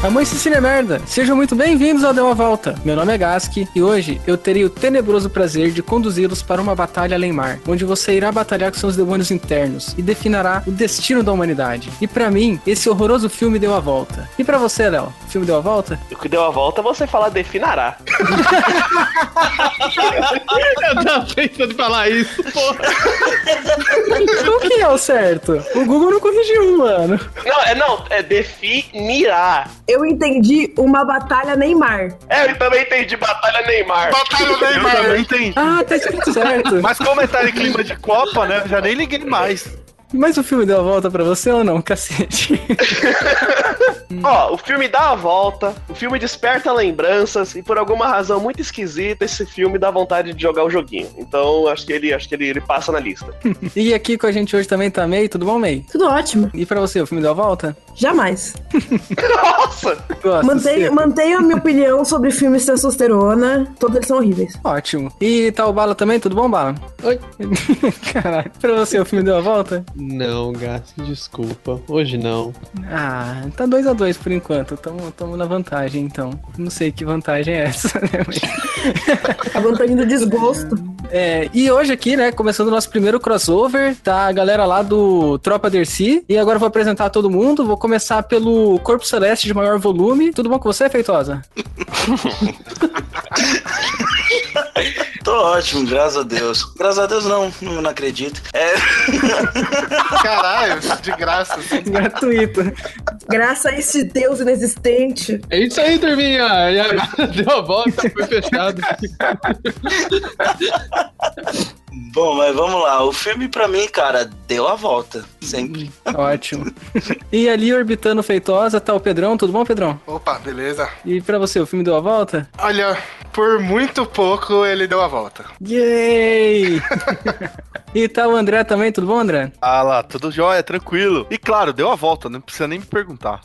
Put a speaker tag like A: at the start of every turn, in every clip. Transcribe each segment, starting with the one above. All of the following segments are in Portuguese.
A: Amantes de Cine é Merda, sejam muito bem-vindos ao Deu uma Volta. Meu nome é Gaski e hoje eu terei o tenebroso prazer de conduzi-los para uma batalha além mar, onde você irá batalhar com seus demônios internos e definirá o destino da humanidade. E pra mim, esse horroroso filme deu a volta. E pra você, Léo, o filme deu a volta?
B: O que deu a volta, você fala definará.
C: Eu tava pensando em falar isso, porra.
A: o que é o certo? O Google não corrigiu, mano.
B: Não, é não, é definirá.
D: Eu entendi uma batalha Neymar.
B: É, eu também entendi batalha Neymar.
E: Batalha do
C: Eu
E: Neymar.
C: também tenho.
A: Ah, tá escrito certo.
C: Mas como é tá em clima de Copa, né? Eu já nem liguei mais.
A: Mas o filme deu a volta pra você ou não, cacete?
B: Ó, o filme dá a volta, o filme desperta lembranças e por alguma razão muito esquisita esse filme dá vontade de jogar o joguinho. Então acho que ele, acho que ele, ele passa na lista.
A: E aqui com a gente hoje também tá May, tudo bom, May?
D: Tudo ótimo.
A: E pra você, o filme deu a volta?
D: Jamais.
B: Nossa!
A: Gosto,
D: Mantenho,
A: sim.
D: mantenho a minha opinião sobre filmes de testosterona. Todos eles são horríveis.
A: Ótimo. E tá o Bala também? Tudo bom, Bala?
C: Oi.
A: Caralho, pra você o filme deu a volta?
C: Não, Gas, desculpa. Hoje não.
A: Ah, tá 2 a 2 por enquanto. Tamo, tamo na vantagem, então. Não sei que vantagem é essa, né? Mas-
D: A vantagem do desgosto.
A: É, e hoje aqui, né, começando o nosso primeiro crossover, tá a galera lá do Tropa Dercy. E agora eu vou apresentar todo mundo. Vou começar pelo Corpo Celeste de maior volume. Tudo bom com você, Feitosa?
E: Tô ótimo, graças a Deus. Graças a Deus não, não não acredito. É,
F: Caralho, de graça. assim.
A: Gratuito.
D: Graças a esse Deus inexistente.
C: É isso aí, turminha. E agora deu a volta, foi fechado.
E: bom, mas vamos lá. O filme pra mim, cara, deu a volta. Sempre.
A: Ótimo. E ali orbitando Feitosa tá o Pedrão. Tudo bom, Pedrão?
F: Opa, beleza.
A: E pra você, o filme deu a volta?
F: Olha, por muito pouco ele deu a volta.
A: Yay! e tá o André também, tudo bom, André?
C: Ah lá, tudo jóia, tranquilo. E claro, deu a volta, não precisa nem me perguntar.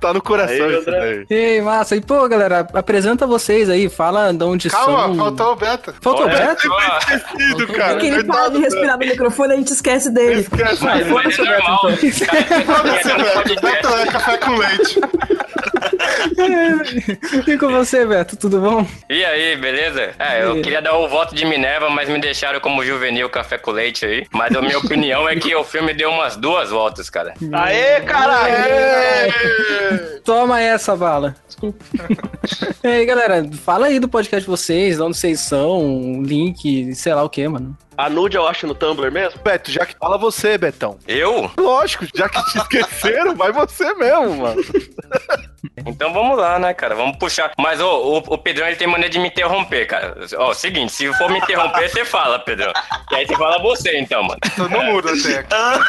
C: tá no coração
B: Aí,
C: isso
B: André.
C: daí.
A: Ei, massa! E pô, galera, apresenta vocês aí, fala de onde
F: Calma,
A: são.
F: faltou o Beto.
A: Faltou o
B: Olha.
A: Beto?
C: Esquecido, cara.
D: É que ele para de respirar no microfone a gente esquece dele.
C: Esquece.
G: Mas é normal.
F: Foda-se, Beto. Beto é café com leite.
A: e com você, Beto, tudo bom?
G: E aí, beleza? É, eu
A: E aí?
G: queria dar o voto de Minerva, mas me deixaram como juvenil café com leite aí. Mas a minha opinião é que o filme deu umas duas voltas, cara.
A: É.
F: É,
B: Aê, caralho! É.
A: Toma essa bala. Desculpa. e aí, galera, fala aí do podcast de vocês, de onde vocês são, um link, sei lá o que, mano.
B: A nude eu acho no Tumblr mesmo?
C: Beto, já que fala você, Betão.
G: Eu?
C: Lógico, já que te esqueceram, vai você mesmo, mano.
G: Então vamos lá, né, cara? Vamos puxar. Mas ô, o, o Pedrão ele tem maneira de me interromper, cara. Ó, seguinte, se for me interromper, você fala, Pedrão. E aí você fala você, então, mano.
F: Tô no mudo assim, é. até aqui.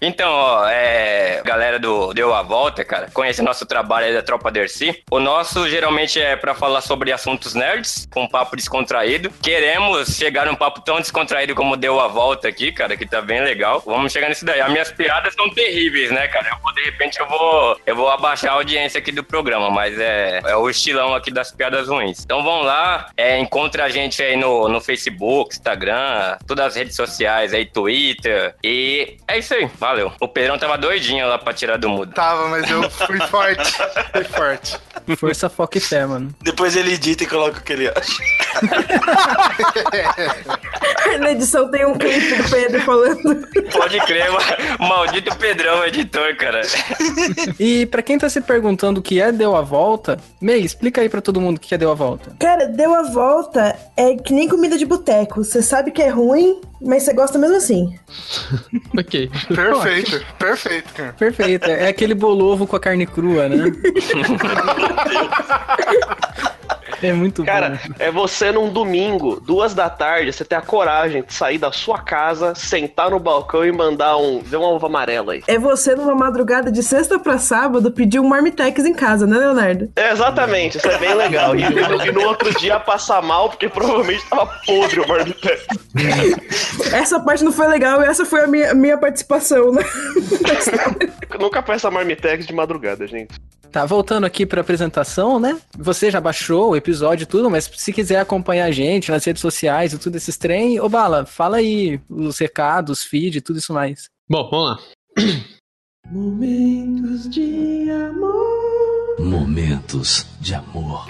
G: Então, ó, é, galera do Deu a Volta, cara, conhece nosso trabalho aí da Tropa Dercy. O nosso geralmente é pra falar sobre assuntos nerds, com papo descontraído. Queremos chegar num papo tão descontraído como Deu a Volta aqui, cara, que tá bem legal. Vamos chegar nisso daí. As minhas piadas são terríveis, né, cara? Eu vou, de repente eu vou, eu vou abaixar a audiência aqui do programa, mas é, é o estilão aqui das piadas ruins. Então vão lá, é, encontra a gente aí no, no Facebook, Instagram, todas as redes sociais aí, Twitter. E é isso aí, valeu. O Pedrão tava doidinho lá pra tirar do mudo.
F: Tava, mas eu fui forte. Fui forte.
A: Força, foco e fé, É, mano.
E: Depois ele edita e coloca o que ele acha.
D: Na edição tem um clipe do Pedro falando.
G: Pode crer, ma- maldito Pedrão, editor, cara.
A: E pra quem tá se perguntando o que é Deu a Volta, Mei, explica aí pra todo mundo o que é Deu a Volta.
D: Cara, deu a volta. É que nem comida de boteco. Você sabe que é ruim, mas você gosta mesmo assim.
C: Ok.
F: Perfeito, perfeito, cara.
A: Perfeito, é é aquele bolovo com a carne crua, né? é muito
B: Cara,
A: bom.
B: é você num domingo, duas da tarde, você ter a coragem de sair da sua casa, sentar no balcão e mandar um. Vê uma uva amarela aí.
D: É você numa madrugada de sexta pra sábado pedir um marmitex em casa, né, Leonardo?
B: É, exatamente, isso é bem legal. E, no- e no outro dia passar mal, porque provavelmente tava podre o marmitex.
D: Essa parte não foi legal e essa foi a minha, minha participação, né?
B: Eu Nunca peça marmitex de madrugada, gente.
A: Tá, voltando aqui pra apresentação, né? Você já baixou o episódio e tudo, mas se quiser acompanhar a gente nas redes sociais e tudo esses trem, ô Bala, fala aí os recados, feed e tudo isso mais.
C: Bom, vamos lá.
D: Momentos de amor.
H: Momentos de amor.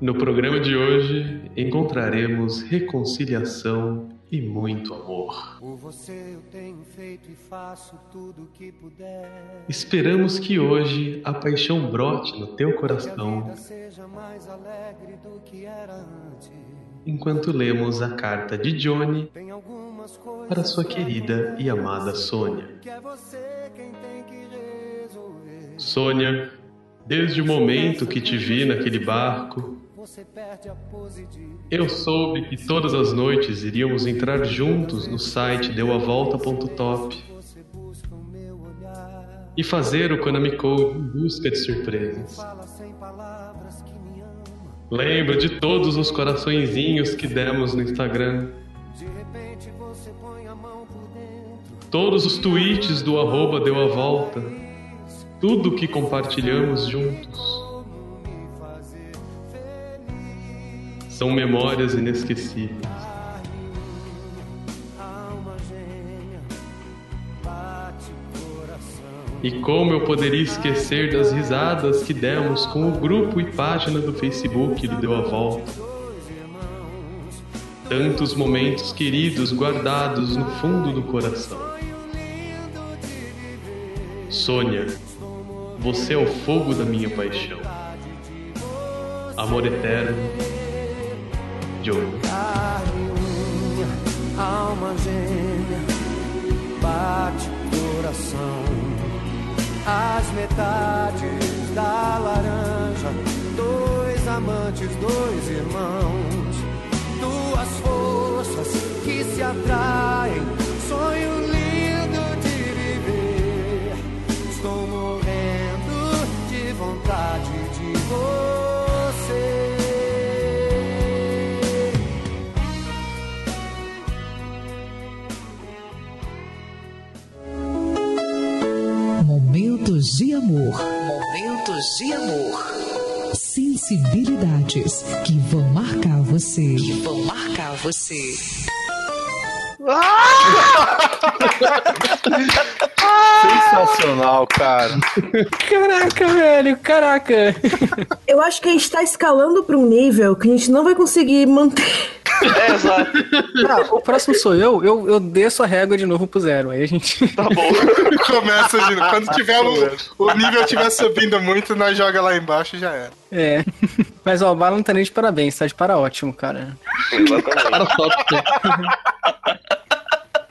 I: No programa de hoje encontraremos reconciliação e muito amor.
G: Por você eu tenho feito e faço tudo o que puder.
I: Esperamos que hoje a paixão brote no teu
G: Que a
I: coração
G: vida seja mais alegre do que era antes.
I: enquanto lemos a carta de Johnny
G: Tem algumas coisas
I: para sua querida e amada Sônia.
G: que é você quem tem que resolver.
I: Sônia, desde o momento que te vi naquele barco,
G: Você perde a pose de
I: Eu soube que todas as noites iríamos entrar juntos no site deuavolta.top
G: você busca o meu olhar.
I: e fazer o Konami Code em busca de surpresas.
G: Fala sem palavras que me ama.
I: Lembra de todos os coraçõezinhos que demos no Instagram,
G: De repente você põe a mão por dentro.
I: todos os tweets do arroba Deu a Volta, tudo que compartilhamos juntos. São memórias inesquecíveis.
G: Alma gêmea, bate coração.
I: E como eu poderia esquecer das risadas que demos com o grupo e página do Facebook do Deu a Volta? Tantos momentos queridos guardados no fundo do coração. Sônia, você é o fogo da minha paixão. Amor eterno, Johnny.
G: Carne unha, alma gêmea, bate coração. As metades da laranja, dois amantes, dois irmãos. Duas forças que se atraem, um sonho lindo de viver. Estou morrendo de vontade de você.
J: Momentos de amor. Momentos de amor. Sensibilidades que vão marcar você. Que vão marcar você.
C: Sensacional, cara.
A: Caraca, velho, caraca.
D: Eu acho que a gente tá escalando pra um nível que a gente não vai conseguir manter.
B: É, exato.
A: Não, o próximo sou eu, eu, eu desço a régua de novo pro zero. Aí a gente.
B: Tá bom.
F: Começa, Gino. Quando tiver o, o nível estiver subindo muito, nós joga lá embaixo e já era.
A: É. Mas ó, o Bala não tá nem de parabéns, tá de para ótimo, cara.
B: Exatamente.
I: Para só,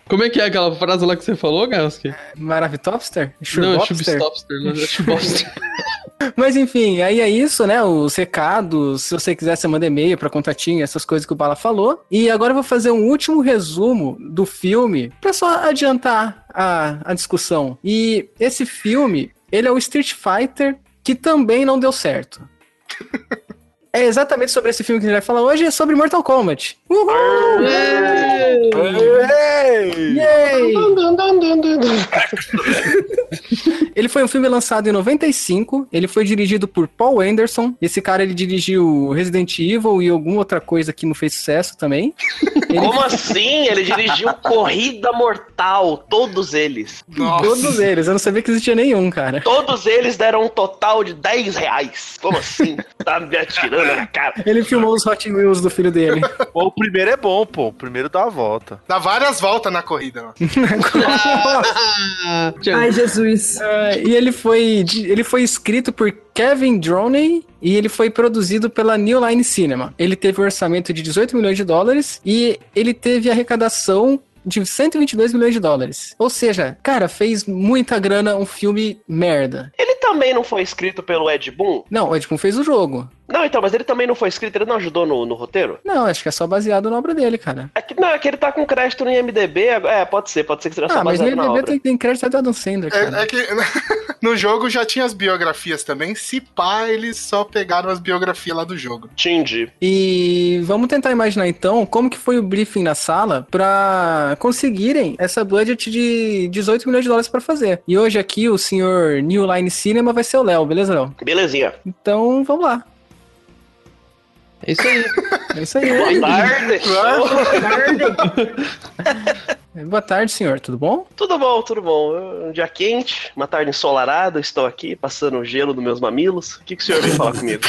I: Como é que é aquela frase lá que você falou, Gaski?
A: Maravitopster?
I: Não, é
A: Chubopster?
I: Chubstopster, né? É Chubopster.
A: Mas enfim, aí é isso, né? Os recados. Se você quiser, você manda e-mail pra contatinho, essas coisas que o Bala falou. E agora eu vou fazer um último resumo do filme pra só adiantar a, a discussão. E esse filme, ele é o Street Fighter que também não deu certo. É exatamente sobre esse filme que a gente vai falar hoje, é sobre Mortal Kombat. Uhul! Yay! Ele foi um filme lançado em 95, ele foi dirigido por Paul Anderson. Esse cara ele dirigiu Resident Evil e alguma outra coisa que não fez sucesso também.
B: Como assim? Ele dirigiu Corrida Mortal, todos eles.
A: Todos eles, eu não sabia que existia nenhum, cara.
B: Todos eles deram um total de 10 reais. Como assim? Tá me atirando na cara.
A: Ele filmou os Hot Wheels do filho dele.
C: Pô, o primeiro é bom, pô. O primeiro dá a volta.
F: Dá várias voltas na corrida, mano.
D: Ai, Jesus.
A: É, e ele foi, di- ele foi escrito por Kevin Droney e ele foi produzido pela New Line Cinema. Ele teve um orçamento de 18 milhões de dólares e ele teve arrecadação de 122 milhões de dólares. Ou seja, cara, fez muita grana um filme merda.
B: Ele também não foi escrito pelo Ed Boon?
A: Não, o Ed Boon fez o jogo.
B: Não, então, mas ele também não foi escrito, ele não ajudou no, no roteiro?
A: Não, acho que é só baseado na obra dele, cara.
B: É que, não, é que ele tá com crédito no IMDB. É, pode ser, pode ser que seja
A: Ah,
B: só
A: mas
B: baseado
A: ele
B: na obra.
A: deve ter tem crédito até do Adam Sandler, cara.
F: É, é que no jogo já tinha as biografias também. Se pá, eles só pegaram as biografias lá do jogo.
B: Entendi.
A: E vamos tentar imaginar então como que foi o briefing na sala pra conseguirem essa budget de 18 milhões de dólares pra fazer. E hoje aqui o senhor New Line Cinema vai ser o Léo, beleza, Léo?
B: Belezinha.
A: Então vamos lá.
I: É isso aí.
A: É isso aí.
B: Boa tarde.
A: É, Boa tarde, senhor. Tudo bom?
B: Tudo bom, tudo bom. Um dia quente, uma tarde ensolarada, estou aqui passando o gelo dos meus mamilos. O que, que o senhor veio falar comigo?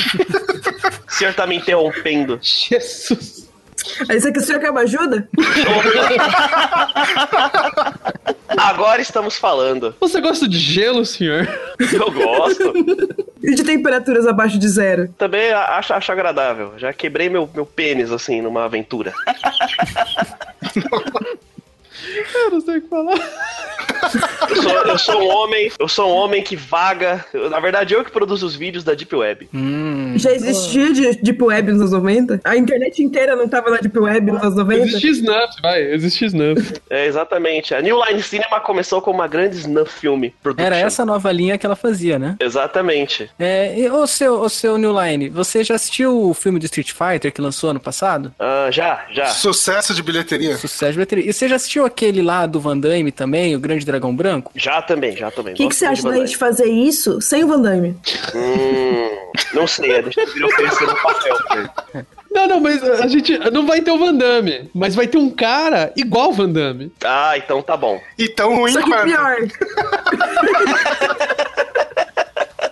B: o senhor tá me interrompendo.
A: Jesus.
D: Aí você que o senhor quer uma ajuda?
B: Agora estamos falando.
J: Você gosta de gelo, senhor?
B: Eu gosto.
D: E de temperaturas abaixo de zero?
B: Também a- acho, acho agradável. Já quebrei meu, meu pênis, assim, numa aventura.
J: Eu não sei o que falar.
B: Eu sou, eu sou um homem, eu sou um homem que vaga. Eu- na verdade, eu que produzo os vídeos da Deep Web.
D: Hum. Já existia de Deep Web nos anos 90? A internet inteira não tava na Deep Web nos anos 90?
J: Existe Snuff, vai, existe Snuff.
B: É, exatamente. A New Line Cinema começou com uma grande snuff filme. production.
A: Era essa nova linha que ela fazia, né?
B: Exatamente.
A: É, e ô seu, ô seu New Line, você já assistiu o filme do Street Fighter que lançou ano passado?
B: Ah, já, já.
F: Sucesso de bilheteria.
A: Sucesso de bilheteria. E você já assistiu aquele lá do Van Damme também, o Grande Dragão Branco?
B: Já também, já também.
D: O que, que
B: Gosto
D: você
B: muito
D: acha
B: de
D: da
B: Van
D: gente fazer isso sem o Van Damme?
B: Damme. Hum, não sei, a gente virou pensa no papel.
J: Não, não, mas a gente não vai ter o Van Damme, mas vai ter um cara igual o Van Damme.
B: Ah, então tá bom.
F: Então ruim
A: é
D: Só que
F: quanto.
D: pior.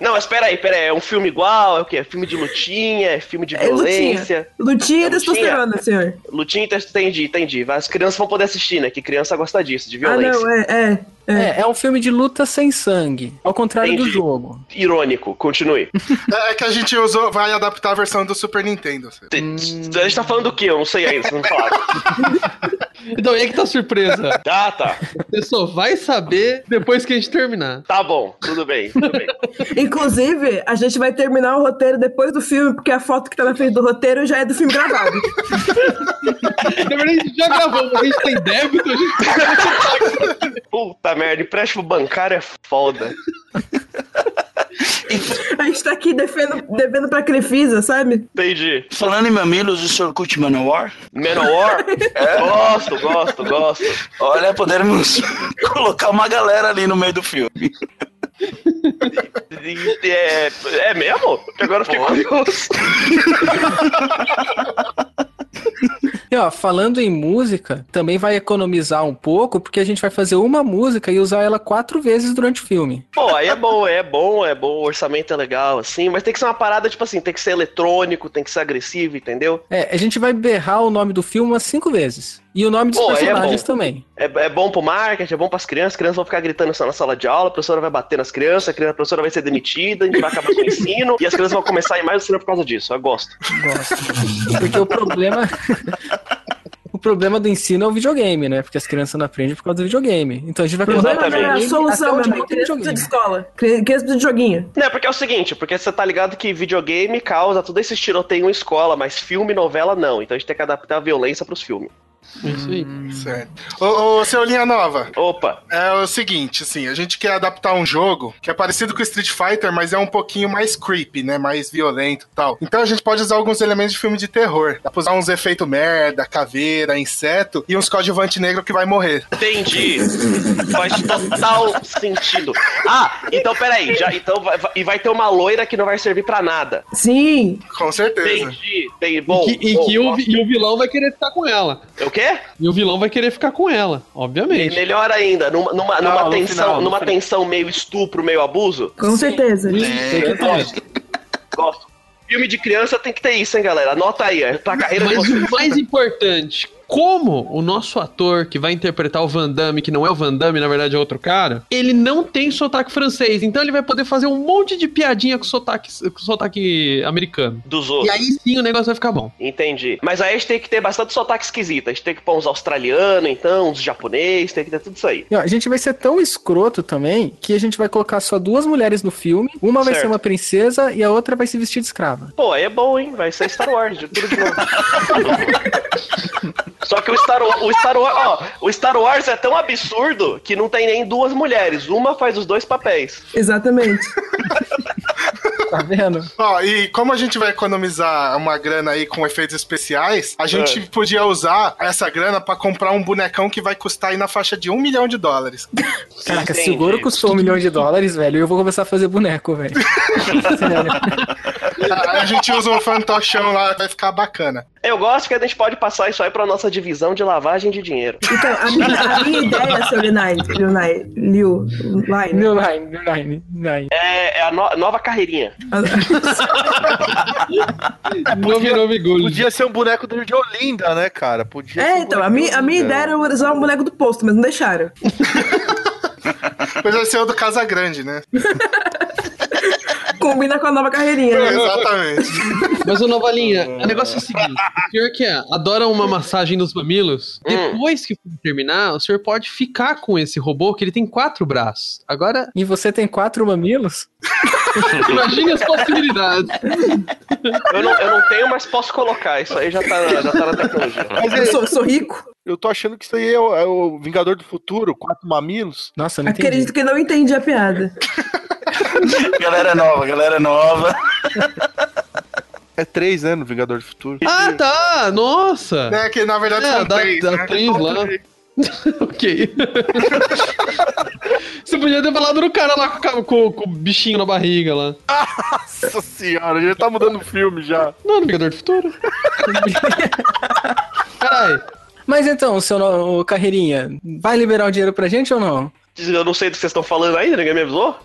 B: Não, mas peraí, peraí. É um filme igual? É o quê? É filme de lutinha? É filme de
D: É lutinha.
B: violência?
D: Lutinha e
B: É
D: testosterona, senhor.
B: Lutinha, entendi, entendi. As crianças vão poder assistir, né? Que criança gosta disso, de
D: Ah,
B: violência.
D: não, é, é. é.
A: É, é um filme de luta sem sangue, ao contrário
B: Entendi.
A: do jogo.
B: Irônico, continue.
F: É que a gente usou, vai adaptar a versão do Super Nintendo.
B: T- t- A gente tá falando do quê? Eu não sei ainda, vocês não falaram.
J: Então, e aí que tá a surpresa.
B: Ah, tá.
J: Você só vai saber depois que a gente terminar.
B: Tá bom, tudo bem, tudo bem.
D: Inclusive, a gente vai terminar o roteiro depois do filme, porque a foto que tá na frente do roteiro já é do filme gravado.
J: Na verdade, a gente já gravou, mas a gente tem débito, a gente
B: Puta merda, empréstimo bancário é foda.
D: a gente tá aqui defendo, devendo pra Crefisa, sabe?
B: Entendi.
E: Falando em mamilos, o senhor curte Manowar?
B: Menor? Gosto, gosto, gosto.
E: É? Olha, podemos colocar uma galera ali no meio do filme.
B: E- É, é mesmo? Que Agora eu fiquei curioso.
A: E ó, falando em música, também vai economizar um pouco, porque a gente vai fazer uma música e usar ela quatro vezes durante o filme.
B: Pô, aí é bom, é bom, é bom, o orçamento é legal, assim, mas tem que ser uma parada, tipo assim, tem que ser eletrônico, tem que ser agressivo, entendeu?
A: É, a gente vai berrar o nome do filme umas cinco vezes. E o nome dos
B: Pô, aí é
A: personagens
B: bom.
A: também.
B: É, é bom pro marketing, é bom pras crianças, as crianças vão ficar gritando isso na sala de aula, a professora vai bater nas crianças, a, criança, a professora vai ser demitida, a gente vai acabar com o ensino, e as crianças vão começar a ir mais ao cinema por causa disso, eu gosto.
A: Tá, Gosto. Porque o problema. O problema do ensino é o videogame, né? Porque as crianças não aprendem por causa do videogame. Então a gente vai colocar
D: Não, não, não, a
A: videogame
D: solução,
A: até
D: meu
A: onde não
D: irmão.
A: tem um
D: Criança
A: videogame.
D: precisa de escola. Cri- Criança precisa de joguinho.
B: Não, porque é o seguinte, porque você tá ligado que videogame causa todo esse tiroteio em escola, mas filme e novela não, então a gente tem que adaptar a violência pros filmes.
J: Isso aí.
F: Hum. Certo. Ô, ô, seu Linha Nova,
B: Opa,
F: é o seguinte, assim, a gente quer adaptar um jogo que é parecido com Street Fighter, mas é um pouquinho mais creepy, né? Mais violento e tal. Então a gente pode usar alguns elementos de filme de terror. Dá pra usar uns efeitos merda, caveira, inseto e uns coadjuvante negro que vai morrer.
B: Entendi. Faz total sentido. Ah, então peraí. Já, então vai, vai- e vai ter uma loira que não vai servir pra nada.
D: Sim.
F: Com certeza.
B: Entendi. Tem, bom,
J: e que, e
B: bom,
J: que o,
B: bom.
J: vi- e o vilão vai querer ficar com ela.
B: O quê?
J: E o vilão vai querer ficar com ela,
B: E
J: obviamente.
B: melhor ainda, numa, numa,
C: Não,
B: numa
C: no
B: tensão,
C: final, no
B: numa
C: final.
B: tensão meio estupro, meio abuso. É,
D: Com certeza.
B: Gosto. Filme de criança tem que ter isso, hein, galera? Anota aí, é pra carreira de
J: Mas
B: vocês.
J: o mais importante, como o nosso ator que vai interpretar o Van Damme, que não é o Van Damme, na verdade é outro cara, ele não tem sotaque francês, então ele vai poder fazer um monte de piadinha com sotaque, com sotaque americano.
B: Dos
J: E
B: outros.
J: aí sim o negócio vai ficar bom.
B: Entendi. Mas aí a gente tem que ter bastante sotaque esquisito. A gente tem que pôr uns australianos, então, uns japonês, tem que ter tudo isso aí.
A: E, ó, a gente vai ser tão escroto também que a gente vai colocar só duas mulheres no filme. Uma vai
B: Certo.
A: ser uma princesa e a outra vai se vestir de escrava.
B: Pô, aí é bom, hein? Vai ser Star Wars, de tudo de novo. Só que o Star, Wa- o, Star Wa- ó, o Star Wars é tão absurdo que não tem nem duas mulheres. Uma faz os dois papéis.
D: Exatamente.
A: Tá vendo?
F: Ó, e como a gente vai economizar uma grana aí com efeitos especiais, a gente podia usar essa grana pra comprar um bonecão que vai custar aí na faixa de um milhão de dólares.
A: Caraca,
B: Entendi.
A: se o Goro custou um milhão de dólares, velho, eu vou começar a fazer boneco, velho. Sério.
F: Aí a gente usa um fantochão lá, vai ficar bacana.
B: Eu gosto que a gente pode passar isso aí pra nossa divisão de lavagem de dinheiro.
D: Então, a minha, a minha ideia, é seu Lunai, Lunai, Liu, Line.
A: Liu Line, Line, Line.
B: É, é a no- nova carreirinha.
C: É, Podia, podia ser um boneco do- de Olinda, né, cara? Podia ser
D: É,
C: um
D: então, a
C: boneco
D: minha,
C: de
D: a minha
C: Olinda.
D: ideia era usar um boneco do posto, mas não deixaram.
F: Mas vai ser o do Casa Grande, né?
D: Combina com a nova carreirinha, né?
F: Exatamente.
J: Mas, ô Nova Linha, o negócio é o seguinte: o senhor que é, adora uma massagem nos
B: Hum.
J: mamilos, depois que for terminar, o senhor pode ficar com esse robô, que ele tem quatro braços. Agora,
A: E você tem quatro mamilos?
J: imagine as possibilidades.
B: Eu não, eu não tenho, mas posso colocar. Isso aí já tá, já tá na tecnologia.
C: Mas é-
D: Eu sou, sou rico.
C: Eu tô achando que isso aí é o, é o Vingador do Futuro, quatro mamilos.
A: Nossa,
D: Acredito que não entendi a piada.
E: Galera nova, galera nova.
C: É três, né, no Vingador do Futuro.
J: Ah, tá! Nossa!
F: Né, que na verdade
J: É,
F: são
J: da-
F: três,
J: da
F: né?
J: atriz
F: São
J: lá.
F: três.
J: ok. Você podia ter falado no cara lá com, o ca- com- com o bichinho na barriga lá.
C: Nossa senhora, já tá mudando o filme já.
J: Não, no Vingador do Futuro. Caralho.
A: Mas então, seu no- ô, Carreirinha, vai liberar o dinheiro pra gente ou não?
B: Eu não sei do que vocês estão falando ainda, ninguém me avisou.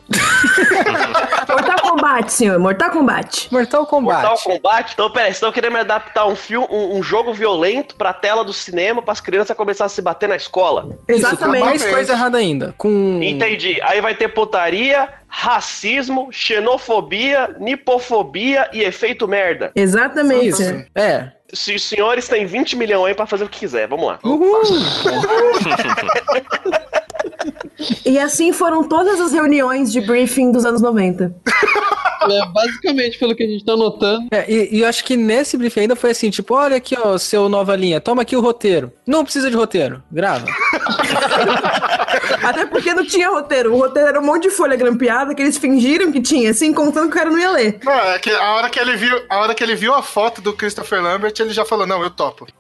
D: Mortal Kombat, senhor, Mortal Kombat.
A: Mortal Kombat.
B: Mortal Kombat. Então, peraí, vocês estão querendo me adaptar um filme, um, um jogo violento pra tela do cinema pras crianças começarem a se bater na escola.
A: Exatamente.
D: Exatamente.
A: tá mais coisa errada ainda. Com.
J: Então,
B: Entendi. Aí vai ter putaria, racismo, xenofobia, nipofobia e efeito merda.
D: Exatamente.
A: Isso. É.
B: Se os senhores têm 20 milhões aí pra fazer o que quiser, vamos lá.
D: E assim foram todas as reuniões de briefing dos anos 90.
J: É, basicamente, pelo que a gente tá notando.
A: É, e, e eu acho que nesse briefing ainda foi assim, tipo, olha aqui, ó, seu nova linha, toma aqui o roteiro. Não precisa de roteiro, grava.
D: Até porque não tinha roteiro. O roteiro era um monte de folha grampeada que eles fingiram que tinha, assim, contando que o cara não ia ler.
F: Não, é que a hora que ele viu, a hora que ele viu a foto do Christopher Lambert, ele já falou: "Não, eu topo".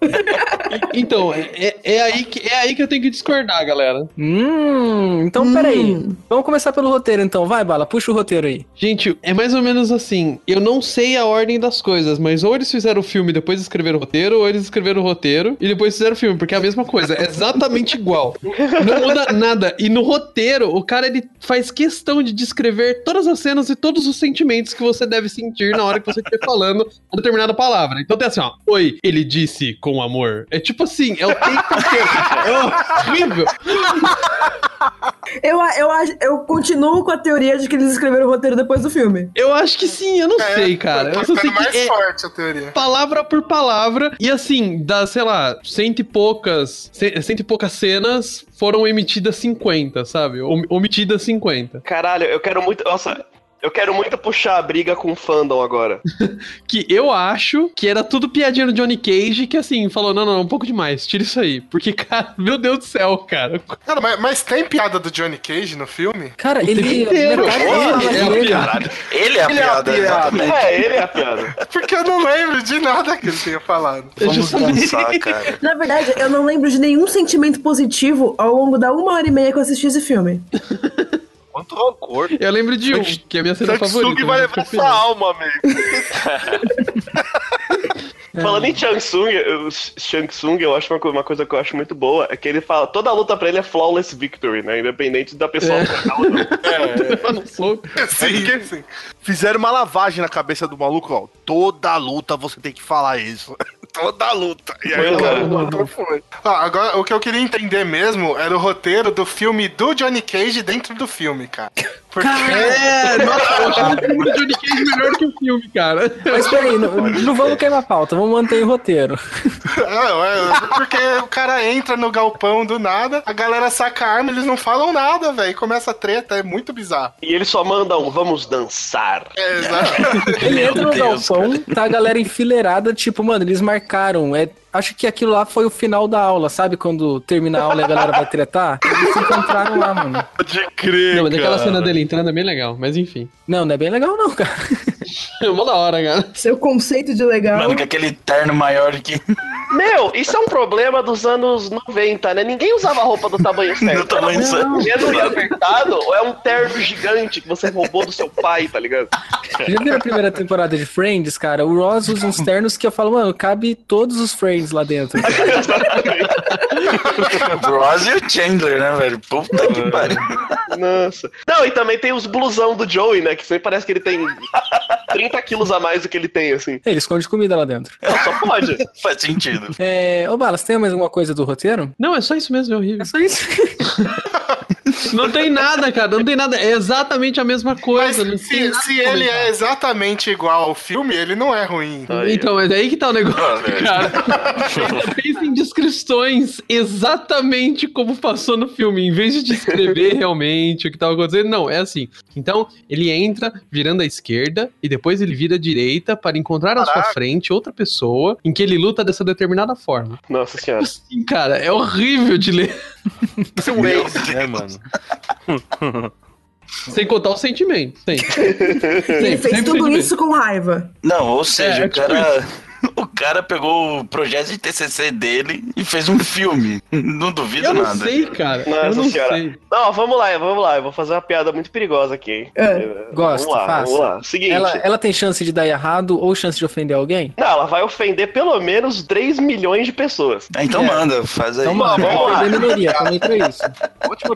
J: Então, é, é aí que, é aí que eu tenho que discordar, galera.
A: Hum, então peraí. Vamos começar pelo roteiro então, vai, Bala, puxa o roteiro aí.
J: Gente, é mais ou menos assim. Eu não sei a ordem das coisas, mas ou eles fizeram o filme e depois escreveram o roteiro, ou eles escreveram o roteiro e depois fizeram o filme, porque é a mesma coisa, é exatamente igual. Não muda nada. E no roteiro, o cara ele faz questão de descrever todas as cenas e todos os sentimentos que você deve sentir na hora que você estiver falando a determinada palavra. Então tem assim, ó. Oi, ele disse com amor. É tipo assim, é o tempo inteiro. É horrível.
D: Eu, a- eu, a- eu continuo com a teoria de que eles escreveram o roteiro depois do filme.
J: Eu acho que sim, eu não sei, cara.
F: Tá
J: Eu só sei
F: ficando mais
J: que é,
F: forte a teoria.
J: palavra por palavra. E assim, das, sei lá, cento e poucas, ce- cento e poucas cenas foram emitidas 50, sabe? Om- omitidas 50.
B: Caralho, eu quero muito. Nossa, eu quero muito puxar a briga com o fandom agora.
J: Que eu acho que era tudo piadinha do Johnny Cage, que assim, falou, não, não, um pouco demais, tira isso aí. Porque, cara, meu Deus do céu, cara.
F: Cara, mas, mas tem piada do Johnny Cage no filme?
A: Cara,
J: O
A: ele.
J: tempo inteiro.
A: metade da fala
J: Ele é a
A: dele-
J: piada.
E: Ele
C: Ele
E: é a
C: é a
E: piada,
C: piada.
E: exatamente.
B: É, ele é a piada.
F: Porque eu não lembro de nada que ele tenha falado.
E: Vamos
J: Justamente.
E: dançar, cara.
D: Na verdade, eu não lembro de nenhum sentimento positivo ao longo da uma hora e meia que eu assisti esse filme.
C: Quanto rancor.
J: Eu lembro de um, que é a minha cena favorita.
C: Sansung
J: né?
C: vai levar
J: Fica
C: sua alma, amigo.
B: Falando em Changsung, eu, Changsung, eu acho uma, co- uma coisa que eu acho muito boa, é que ele fala, toda luta pra ele é flawless victory, né? Independente da pessoa apanhar ou não.
C: É.
J: feliz. Eu não sou.
F: Sim, sim.
C: assim, Fizeram uma lavagem na cabeça do maluco, ó. Toda luta você tem que falar isso. Toda luta. E aí,
B: Foi,
C: cara,
B: mano.
C: o ator foi.
F: Ah, agora, o que eu queria entender mesmo era o roteiro do filme do Johnny Cage dentro do filme, cara. Porque
J: É, nossa, eu acho o filme do Johnny Cage melhor que o filme, cara.
A: Mas peraí, não, não vamos queimar a pauta, vamos manter o roteiro.
F: Ah, ué, porque o cara entra no galpão do nada, a galera saca a arma, eles não falam nada, velho. Começa a treta, é muito bizarro.
B: E ele só manda um, vamos dançar.
F: É, exato.
A: Ele
E: Meu
A: entra no
E: Deus,
A: galpão, tá a galera enfileirada, tipo, mano, eles marcaram. É, acho que aquilo lá foi o final da aula, sabe? Quando terminar a aula e a galera vai tretar? Eles se encontraram lá, mano.
C: Pode crer,
J: Não, mas aquela
C: cara.
J: cena dele entrando é bem legal, mas enfim.
A: Não, não é bem legal, não, cara.
J: É mó da hora, cara.
D: Seu conceito de legal.
E: Mano, com aquele terno maior que.
B: Meu, isso é um problema dos anos 90, né? Ninguém usava roupa do tamanho certo.
E: Do tamanho
B: Era um
E: certo.
B: terno apertado ou é um terno gigante que você roubou do seu pai, tá ligado?
A: Já viram a primeira temporada de Friends, cara? O Ross usa uns ternos que eu falo, mano, cabe todos os Friends lá dentro.
E: Ross e o Chandler, né, velho? Puta que pariu.
B: Nossa. Não, e também tem os blusão do Joey, né? Que sempre parece que ele tem 30 quilos a mais do que ele tem, assim.
A: É, Ele esconde comida lá dentro.
B: Não, só pode.
E: Faz sentido.
A: É, ô Balas, tem mais alguma coisa do roteiro?
J: Não, é só isso mesmo, é horrível. É
A: só isso.
J: não tem nada, cara, não tem nada. É exatamente a mesma coisa. não tem
F: Se,
J: nada
F: se
J: pra
F: ele
J: comentar.
F: é exatamente igual ao filme, ele não é ruim.
J: Então, mas aí que tá o negócio, cara. Ainda pensa em descrições exatamente como passou no filme. Em vez de descrever realmente o que tava acontecendo, não, é assim. Então, ele entra virando à esquerda e depois ele vira à direita para encontrar à sua frente outra pessoa em que ele luta dessa determinada forma.
B: Nossa senhora.
J: Sim, cara, é horrível de ler.
K: É, mano.
J: Sem contar os sentimentos. Sem.
D: Ele fez tudo isso com raiva.
E: Não, ou seja,
J: É,
E: o cara. O cara pegou o projeto de TCC dele e fez um filme. Não duvido
J: Eu não
E: nada.
J: sei, cara.
B: Nossa
J: eu não
B: senhora.
J: sei.
B: Não, vamos lá, vamos lá. Eu vou fazer uma piada muito perigosa aqui. hein? Eh,
A: Gosto,
B: vamos lá,
A: faça.
B: Vamos lá. Seguinte.
A: Ela, ela tem chance de dar errado ou chance de ofender alguém?
B: Não, ela vai ofender pelo menos 3 milhões de pessoas.
E: Ah, então
A: É.
E: manda, faz aí.
A: Então, mano,
B: vamos
A: vai
B: lá.
A: perder minoria, também pra isso.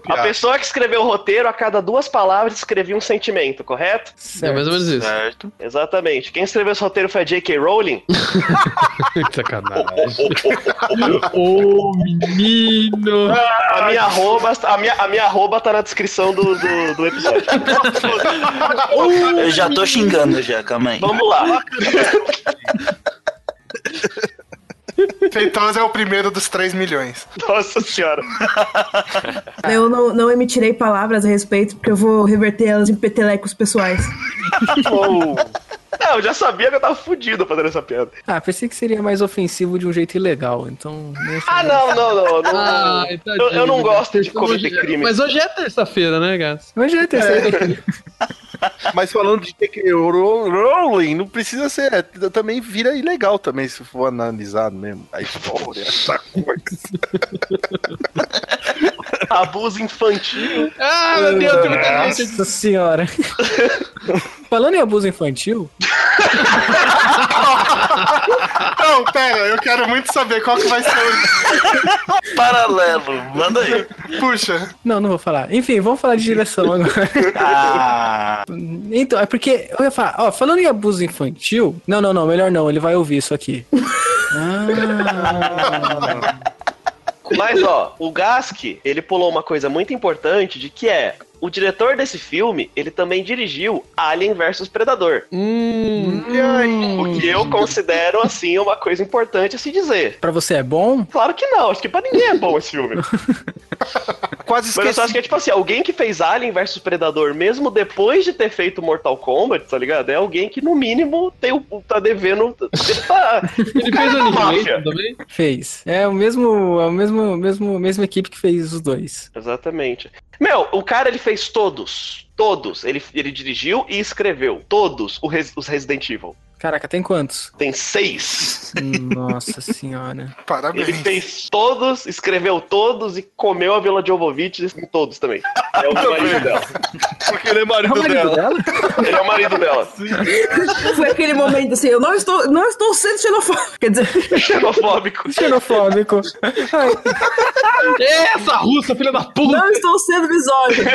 B: A pessoa que escreveu o roteiro, a cada duas palavras, escrevia um sentimento, correto?
J: É mais ou menos isso.
E: Certo.
B: Exatamente. Quem escreveu esse roteiro foi a J.K. Rowling?
J: Sacanagem. Ô, menino!
B: A minha arroba, a minha, a minha arroba tá na descrição do, do, do episódio.
E: Eu já tô xingando já, calma aí.
B: Vamos lá.
F: Feitosa é o primeiro dos 3 milhões.
B: Nossa senhora.
D: Eu não, não emitirei palavras a respeito, porque eu vou reverter elas em petelecos pessoais.
B: Oh. Não, eu já sabia que eu tava fudido fazendo essa piada.
A: Ah, pensei que seria mais ofensivo de um jeito ilegal, então. nem achei-
B: Ah, não, não, não. não.
J: Ai,
B: eu, eu não
J: Ah, tadinho, né?
B: gosto de
J: Mas hoje-
B: cometer crime.
J: Mas hoje é terça-feira, né, Gas?
A: Mas já é terceiro.
C: Mas falando de J.K. Row- Rowling, não precisa ser. é, Também vira ilegal também, se for analisado mesmo. A história, essa coisa.
B: Abuso infantil.
J: Ah, meu Deus, que muita gente.
A: Nossa senhora. Falando em abuso infantil,
F: Não, pera, eu quero muito saber qual que vai ser o...
E: Paralelo, manda aí.
F: Puxa,
A: não, não vou falar. Enfim, vamos falar de direção agora.
E: Ah,
A: Então, é porque eu ia falar, ó, falando em abuso infantil. Não, não, não, melhor não, ele vai ouvir isso aqui. Ah,
B: Mas, ó, o Gask, ele pulou uma coisa muito importante de que é. O diretor desse filme, ele também dirigiu Alien vs Predador.
J: Hum,
B: O que eu considero, assim, uma coisa importante a se dizer.
A: pra você é bom?
B: Claro que não, acho que pra ninguém é bom esse filme.
C: Quase
B: Mas eu
C: esqueci.
B: só acho que é tipo assim, alguém que fez Alien vs Predador, mesmo depois de ter feito Mortal Kombat, tá ligado? É alguém que, no mínimo, tem o, tá devendo. Tá,
J: ele fez
B: cara da
J: Annihilation
B: máfia.
J: também?
A: Fez. É o mesmo, é o mesmo, mesmo, mesma equipe que fez os dois.
B: Exatamente. Meu, o cara ele fez todos. Todos. Ele, ele dirigiu e escreveu. Todos o Res- os Resident Evil.
A: Caraca, tem quantos?
B: Tem seis.
A: Nossa senhora.
F: parabéns.
B: Ele fez todos, escreveu todos e comeu a Vila Jovovich em todos também. É o marido dela.
C: Porque ele é marido, dela.
B: Ele é o marido dela.
D: Foi aquele momento assim, eu não estou, não estou sendo xenofóbico. Quer dizer,
B: Xenofóbico.
A: Xenofóbico. Ai,
J: Essa russa, filha da puta!
D: não estou sendo misógino.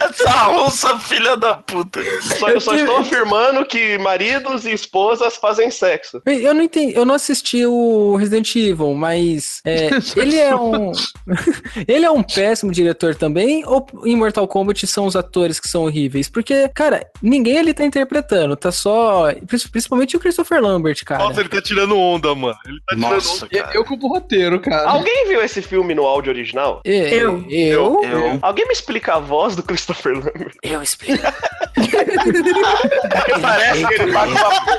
E: essa onça, filha da puta.
B: Só, eu só estou afirmando que maridos e esposas fazem sexo.
A: Bem, Eu não entendi, eu não assisti o Resident Evil, mas é, ele é um ele é um péssimo diretor também ou em Mortal Kombat são os atores que são horríveis? Porque, cara, ninguém ali tá interpretando, tá só princi- principalmente o Christopher Lambert, cara.
C: Nossa, ele tá tirando onda, mano. Ele tá tirando onda.
E: Nossa,
J: Eu,
E: cara.
J: eu culpo o roteiro, cara.
B: Alguém viu esse filme no áudio original?
A: E-
D: Eu.
A: eu
E: Eu,
B: Alguém me explica a voz do Christopher Lambert?
A: eu explico.
B: Porque parece que ele tá com uma...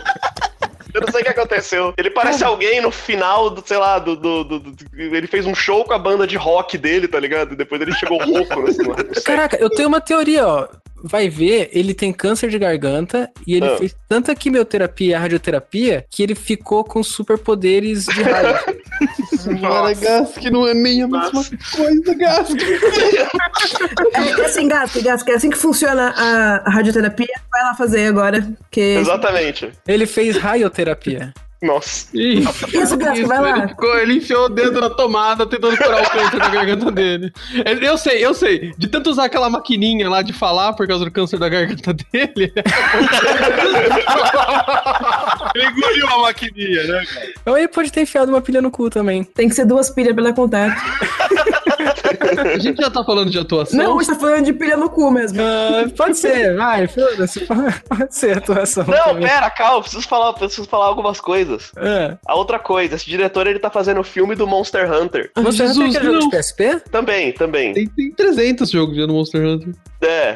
B: Eu não sei o que aconteceu. Ele parece alguém no final do, sei lá, do, do, do- do- Ele fez um show com a banda de rock dele, tá ligado? E depois ele chegou rouco nesse lado.
A: Caraca, eu tenho uma teoria, ó. vai ver, ele tem câncer de garganta e ele
B: Ah.
A: fez tanta quimioterapia e radioterapia que ele ficou com superpoderes de raio.
J: Bora, Gask, não é nem a mesma coisa, Gask.
D: É, é assim, Gasca, Gasca, é assim que funciona a, a radioterapia. Vai lá fazer agora. Que...
B: Exatamente.
A: Ele fez radioterapia.
B: Nossa.
D: Isso, Gasca, vai lá.
J: Ele, ficou- ele enfiou o dedo na tomada tentando curar o câncer da garganta dele. Ele- Eu sei, eu sei. De tanto usar aquela maquininha lá de falar por causa do câncer da garganta dele.
F: Ele engoliu a maquininha, né, cara?
A: Ou ele pode ter enfiado uma pilha no cu também.
D: Tem que ser duas pilhas pra dar contato.
J: A gente já tá falando de atuação?
D: Não, a gente tá falando de pilha no cu mesmo.
A: Ah, pode ser, vai, foda-se. Pode ser atuação.
B: Não,
A: também.
B: pera, calma, preciso falar, preciso falar algumas coisas.
A: É.
B: A outra coisa, esse diretor ele tá fazendo o filme do Monster Hunter.
A: Ah, Monster Jesus, Hunter é aquele jogo de não.
B: PSP? Também, também.
J: Tem, tem 300 jogos já no Monster Hunter.
B: É.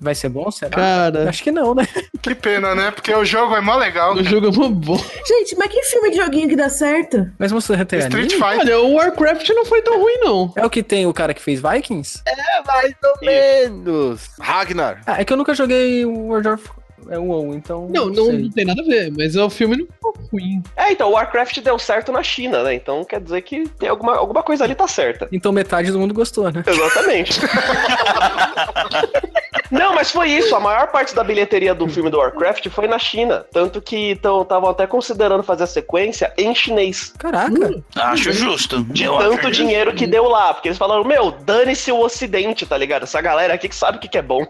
A: Vai ser bom, será?
J: Cara.
A: Acho que não, né?
F: Que pena, né? Porque o jogo é mó legal.
J: O jogo é mó bom.
D: Gente, mas que filme de joguinho que dá certo?
A: Mas Monster Hunter é
F: Street
A: anime?
F: Fighter.
J: Olha, o Warcraft não foi tão ruim, não.
A: É o que tem o cara que fez Vikings?
C: É, mais ou menos. Ragnar.
A: Ah, é que eu nunca joguei o World of é, WoW, então...
J: Não, não,
A: sei.
J: não tem nada a ver, mas o filme não ficou ruim.
B: É, então, o Warcraft deu certo na China, né? Então quer dizer que tem alguma, alguma coisa ali tá certa.
A: Então metade do mundo gostou, né?
B: Exatamente. Não, mas foi isso. A maior parte da bilheteria do filme do Warcraft foi na China. Tanto que estavam até considerando fazer a sequência em chinês.
A: Caraca.
J: Hum.
E: Acho justo.
B: De
E: Eu acho
B: tanto
E: justo.
B: dinheiro que deu lá. Porque eles falaram, meu, dane-se o ocidente, tá ligado? Essa galera aqui que sabe o que, que é bom.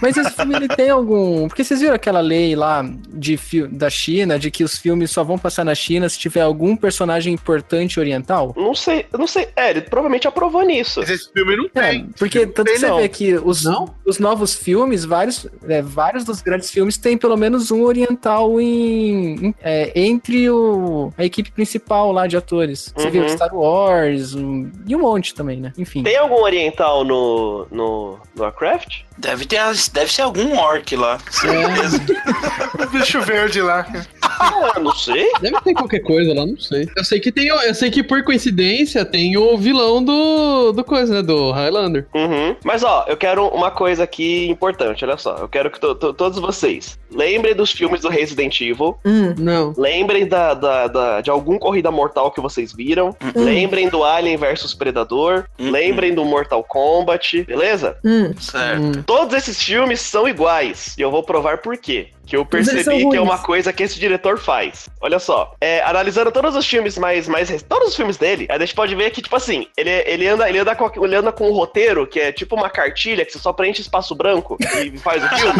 A: Mas esse filme ele tem algum. Porque vocês viram aquela lei lá de fi- da China, de que os filmes só vão passar na China se tiver algum personagem importante oriental?
B: não sei, não sei. É, ele provavelmente aprovou nisso.
F: Mas esse filme não tem.
A: É, Porque tanto
F: tem,
A: que
F: né?
A: você
F: não.
A: vê que os, os novos filmes, vários, é, vários dos grandes filmes têm pelo menos um oriental em, em- é, entre o, a equipe principal lá de atores. Você
B: Uhum.
A: viu Star Wars um- e um monte também, né? Enfim.
B: Tem algum oriental no, no, no Warcraft?
E: Deve, ter, as- deve ser algum orc lá. Certeza.
F: O bicho verde lá.
B: Ah, não sei.
J: Deve ter qualquer coisa lá, não sei. Eu sei que tem, o- eu sei que por coincidência tem o vilão do, do coisa, né, do Highlander.
B: Uhum. Mas ó, eu quero uma coisa aqui importante, olha só. Eu quero que to- to- todos vocês lembrem dos filmes do Resident Evil.
J: Não.
B: Lembrem da, da- da- de algum Corrida Mortal que vocês viram.
D: Hum.
B: Lembrem do Alien vs Predador. Lembrem do Mortal Kombat, beleza?
D: Hum.
E: Certo.
B: Todos esses filmes são iguais. E eu vou provar por quê. Que eu
D: Todos eles são
B: percebi que é
D: ruins.
B: uma coisa que esse diretor faz. Olha só. é, analisando todos os filmes mais, mais. rec- Todos os filmes dele, a gente pode ver que, tipo assim, ele, ele, anda, ele, anda com, ele anda com um roteiro que é tipo uma cartilha que você só preenche espaço branco e faz o filme.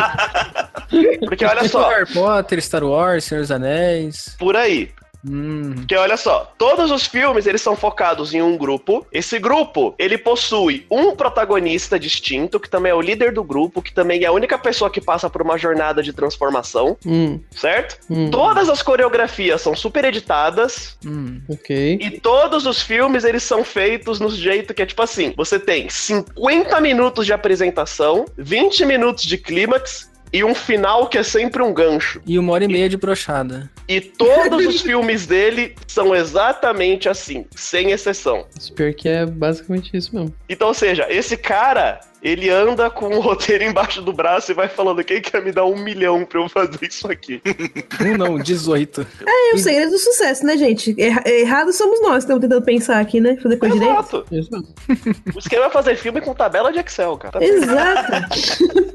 B: Porque olha
A: Tipo
B: só.
A: Harry Potter, Star Wars, Senhor dos Anéis.
B: Por aí.
J: Hum.
B: Porque olha só, todos os filmes eles são focados em um grupo. Esse grupo, ele possui um protagonista distinto, que também é o líder do grupo, que também é a única pessoa que passa por uma jornada de transformação,
J: Hum,
B: certo?
J: Hum.
B: Todas as coreografias são super editadas
A: Hum.
J: ok.
B: e todos os filmes eles são feitos no jeito que é tipo assim, você tem 50 minutos de apresentação, 20 minutos de clímax e um final que é sempre um gancho.
A: E uma hora e meia de brochada.
B: E todos os filmes dele são exatamente assim, sem exceção.
J: Mas pior que é basicamente isso mesmo.
B: Então, ou seja, esse cara, ele anda com um roteiro embaixo do braço e vai falando: quem quer me dar um milhão pra eu fazer isso aqui?
A: Um não, 18.
D: É, o segredo do sucesso, né, gente? Erra- Errado somos nós que estamos tentando pensar aqui, né? Fazer coisa direito.
B: Exato.
J: Exato.
B: O esquema é fazer filme com tabela de Excel, cara.
D: Exato.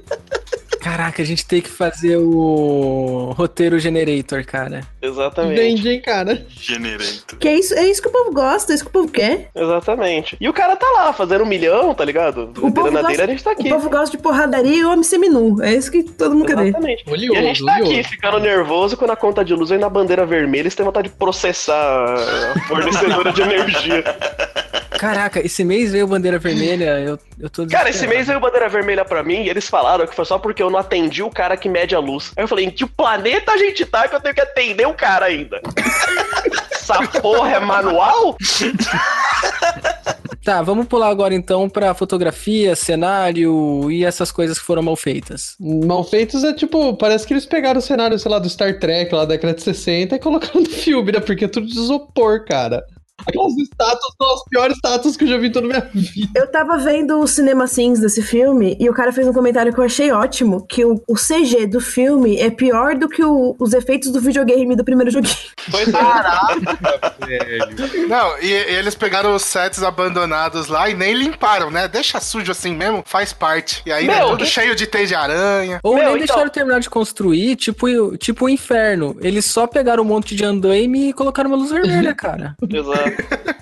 A: Caraca, a gente tem que fazer o roteiro generator, cara.
B: Exatamente.
J: Vende, hein, cara.
E: Generento.
D: Que é isso, é isso que o povo gosta, é isso que o povo quer.
B: Exatamente. E o cara tá lá fazendo um milhão, tá ligado?
D: O povo,
B: Grana dele,
D: gosta,
B: a gente tá
D: o
B: aqui.
D: povo gosta de porradaria e homem seminu. É isso que todo mundo quer ver.
B: Exatamente.
J: Oleoso,
B: e a gente tá aqui
J: oleoso.
B: ficando nervoso quando a conta de luz vem na bandeira vermelha e você tem vontade de processar a fornecedora de energia.
A: Caraca, esse mês veio bandeira vermelha, eu, eu tô...
B: Cara, esse
A: desesperado.
B: mês veio bandeira vermelha pra mim e eles falaram que foi só porque eu não atendi o cara que mede a luz. Aí eu falei, em que planeta a gente tá que eu tenho que atender o cara ainda? Essa porra é manual?
A: Tá, vamos pular agora então pra fotografia, cenário e essas coisas que foram mal feitas.
J: Mal feitos é tipo, parece que eles pegaram o cenário, sei lá, do Star Trek lá da década de 60 e colocaram no filme, né? Porque é tudo de isopor, cara. Os status são os piores status que eu já vi em toda a minha vida.
D: Eu tava vendo o Cinema Sins desse filme e o cara fez um comentário que eu achei ótimo: que o, o CG do filme é pior do que o- os efeitos do videogame do primeiro joguinho.
B: Pois é.
C: É,
F: Não, e, e eles pegaram os sets abandonados lá e nem limparam, né? Deixa sujo assim mesmo, faz parte. E aí é
A: Meu,
F: tudo
A: que-
F: cheio de teia de aranha.
A: Ou nem
B: então-
A: deixaram terminar de construir, tipo o tipo o inferno. Eles só pegaram um monte de andaime e colocaram uma luz vermelha, cara.
B: Exato.